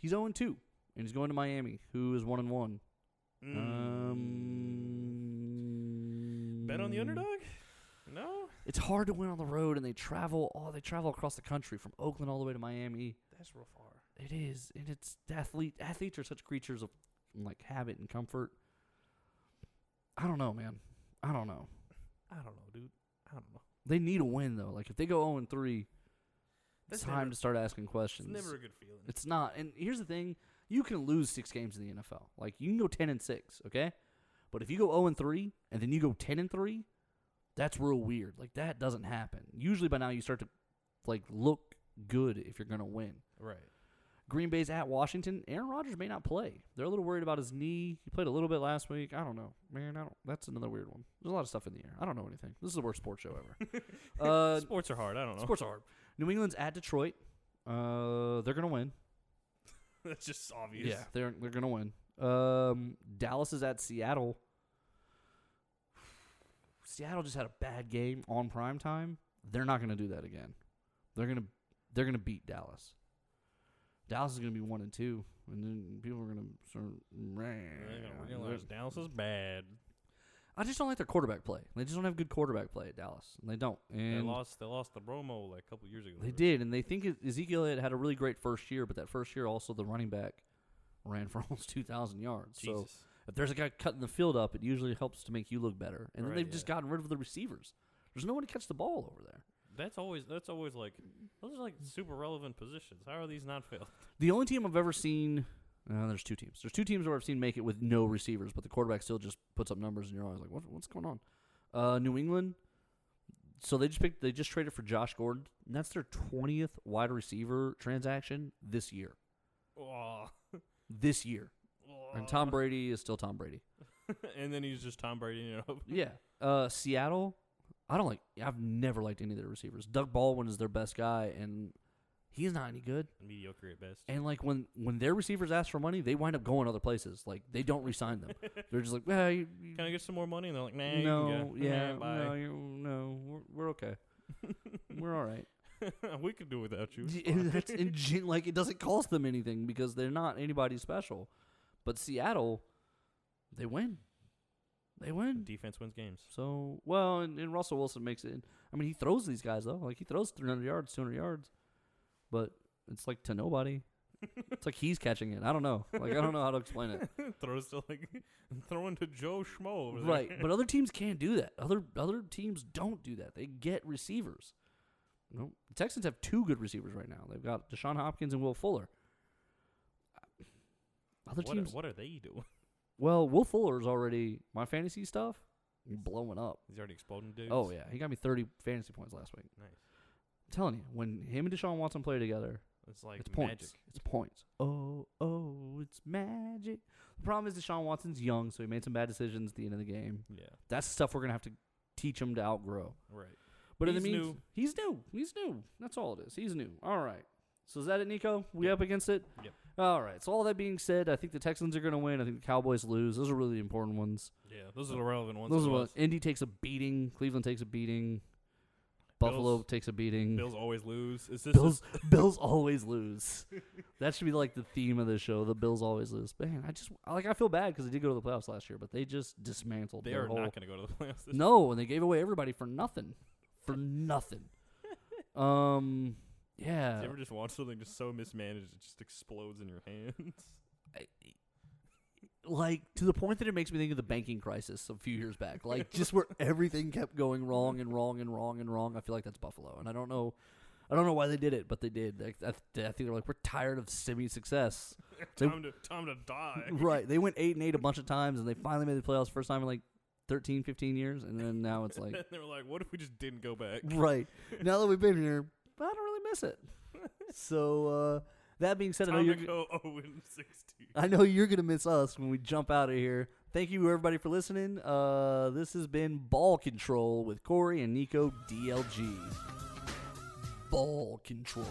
[SPEAKER 1] He's zero two, and he's going to Miami, who is one and one. Mm-hmm.
[SPEAKER 2] Mm.
[SPEAKER 1] Um,
[SPEAKER 2] Hmm. Bet on the underdog? No,
[SPEAKER 1] It's hard to win on the road, and they travel. Oh, they travel across the country from Oakland all the way to Miami.
[SPEAKER 2] that's real far.
[SPEAKER 1] It is, and it's athlete. Athletes are such creatures of like habit and comfort. I don't know, man. I don't know.
[SPEAKER 2] I don't know, dude. I don't know.
[SPEAKER 1] They need a win though. Like if they go zero and three,
[SPEAKER 2] That's
[SPEAKER 1] it's time
[SPEAKER 2] never-
[SPEAKER 1] to start asking
[SPEAKER 2] It's
[SPEAKER 1] questions.
[SPEAKER 2] never a good feeling.
[SPEAKER 1] It's not. And here's the thing: you can lose six games in the NFL. Like you can go ten and six, okay? But if you go zero and three, and then you go ten and three, that's real weird. Like that doesn't happen. Usually by now you start to like look good if you're gonna win.
[SPEAKER 2] right.
[SPEAKER 1] Green Bay's at Washington. Aaron Rodgers may not play. They're a little worried about his knee. He played a little bit last week. I don't know, man. I don't. That's another weird one. There's a lot of stuff in the air. I don't know anything. This is the worst sports show ever. uh,
[SPEAKER 2] Sports are hard. I don't know.
[SPEAKER 1] sports are hard. New England's at Detroit. Uh, they're gonna win.
[SPEAKER 2] that's just obvious.
[SPEAKER 1] Yeah, they're they're gonna win. Um, Dallas is at Seattle. Seattle just had a bad game on prime time. They're not gonna do that again. They're gonna they're gonna beat Dallas. Dallas is gonna be one and two, and then people are gonna start.
[SPEAKER 2] They're gonna realize Dallas is bad.
[SPEAKER 1] I just don't like their quarterback play. They just don't have good quarterback play at Dallas. And they don't.
[SPEAKER 2] They
[SPEAKER 1] And
[SPEAKER 2] lost. They lost the Bromo like a couple years ago.
[SPEAKER 1] They
[SPEAKER 2] right?
[SPEAKER 1] did, and they think E- Ezekiel had had a really great first year, but that first year also the running back ran for almost two thousand yards. So
[SPEAKER 2] Jesus.
[SPEAKER 1] if there's a guy cutting the field up, it usually helps to make you look better. And then
[SPEAKER 2] Right,
[SPEAKER 1] they've just
[SPEAKER 2] yeah.
[SPEAKER 1] gotten rid of the receivers. There's no one to catch the ball over there.
[SPEAKER 2] That's always. That's always like. Those are like super relevant positions. How are these not filled?
[SPEAKER 1] The only team I've ever seen, uh, there's two teams. There's two teams where I've seen make it with no receivers, but the quarterback still just puts up numbers, and you're always like, what, what's going on? Uh, New England. So they just picked. They just traded for Josh Gordon. And that's their twentieth wide receiver transaction this year.
[SPEAKER 2] Oh,
[SPEAKER 1] This year, and
[SPEAKER 2] Um,
[SPEAKER 1] Tom Brady is still Tom Brady.
[SPEAKER 2] and then he's just Tom Brady. You know.
[SPEAKER 1] Yeah. Uh, Seattle, I don't like. I've never liked any of their receivers. Doug Baldwin is their best guy, and he's not any good.
[SPEAKER 2] Mediocre at best.
[SPEAKER 1] And like when when their receivers ask for money, they wind up going other places. Like they don't resign them. They're just like, well, you, you-
[SPEAKER 2] Can I get some more money? And they're like, Nah. you can
[SPEAKER 1] no,
[SPEAKER 2] go.
[SPEAKER 1] yeah,
[SPEAKER 2] Nah, bye.
[SPEAKER 1] no, you, no, we're, we're okay. we're all right.
[SPEAKER 2] we could do without you.
[SPEAKER 1] Yeah, That's in gen- like it doesn't cost them anything because they're not anybody special. But Seattle, they win. They win.
[SPEAKER 2] Defense wins games.
[SPEAKER 1] So well, and, and Russell Wilson makes it. I mean, he throws these guys though. Like he throws 300 yards, 200 yards, but it's like to nobody. it's like he's catching it. I don't know. Like I don't know how to explain it.
[SPEAKER 2] Throws to like throwing to Joe Schmo over there.
[SPEAKER 1] right, but other teams can't do that. Other other teams don't do that. They get receivers. No, the Texans have two good receivers right now. They've got Deshaun Hopkins and Will Fuller. Other
[SPEAKER 2] what,
[SPEAKER 1] teams.
[SPEAKER 2] what are they doing?
[SPEAKER 1] Well, Will Fuller's already my fantasy stuff. Blowing up.
[SPEAKER 2] He's already exploding dudes.
[SPEAKER 1] Oh yeah, he got me 30 fantasy points last week.
[SPEAKER 2] Nice.
[SPEAKER 1] I'm telling you, when him and Deshaun Watson play together,
[SPEAKER 2] It's like
[SPEAKER 1] it's
[SPEAKER 2] magic.
[SPEAKER 1] points. It's points. Oh, oh, it's magic. The problem is Deshaun Watson's young, so he made some bad decisions at the end of the game.
[SPEAKER 2] Yeah.
[SPEAKER 1] That's stuff we're gonna have to teach him to outgrow.
[SPEAKER 2] Right.
[SPEAKER 1] But in the
[SPEAKER 2] He's
[SPEAKER 1] means,
[SPEAKER 2] new.
[SPEAKER 1] he's new. He's new. That's all it is. He's new. All right. So is that it, Nico? We up against it?
[SPEAKER 2] Yep.
[SPEAKER 1] All right. So all that being said, I think the Texans are gonna win. I think the Cowboys lose. Those are really important ones.
[SPEAKER 2] Yeah. Those are the relevant ones.
[SPEAKER 1] Those
[SPEAKER 2] it
[SPEAKER 1] are
[SPEAKER 2] was.
[SPEAKER 1] what Indy takes a beating. Cleveland takes a beating. Buffalo
[SPEAKER 2] Bills-
[SPEAKER 1] takes a beating.
[SPEAKER 2] Bills always lose. Is this
[SPEAKER 1] Bills, Bills always lose. That should be like the theme of the show. The Bills always lose. Man, I just like I feel bad because they did go to the playoffs last year, but they just dismantled
[SPEAKER 2] they
[SPEAKER 1] their
[SPEAKER 2] are
[SPEAKER 1] whole.
[SPEAKER 2] not going to go to the playoffs. This
[SPEAKER 1] no, and they gave away everybody for nothing, for nothing. um, yeah.
[SPEAKER 2] You ever just watch something just so mismanaged it just explodes in your hands?
[SPEAKER 1] like to the point that it makes me think of the banking crisis a few years back like just where everything kept going wrong and wrong and wrong and wrong i feel like that's buffalo and i don't know i don't know why they did it but they did Like, i, th- I think they're like we're tired of semi success They-
[SPEAKER 2] time to time to die.
[SPEAKER 1] right they went 8 and 8 a bunch of times and they finally made the playoffs first time in like 13 15 years and then now it's like
[SPEAKER 2] and they were like, "What if we just didn't go back?"
[SPEAKER 1] right now that we've been here i don't really miss it so uh that being said i know
[SPEAKER 2] Time
[SPEAKER 1] you're
[SPEAKER 2] to go 0 and 16.
[SPEAKER 1] I know you're gonna miss us when we jump out of here. Thank you everybody for listening. Uh, this has been Ball Control with Corey and Nico DLG. Ball Control.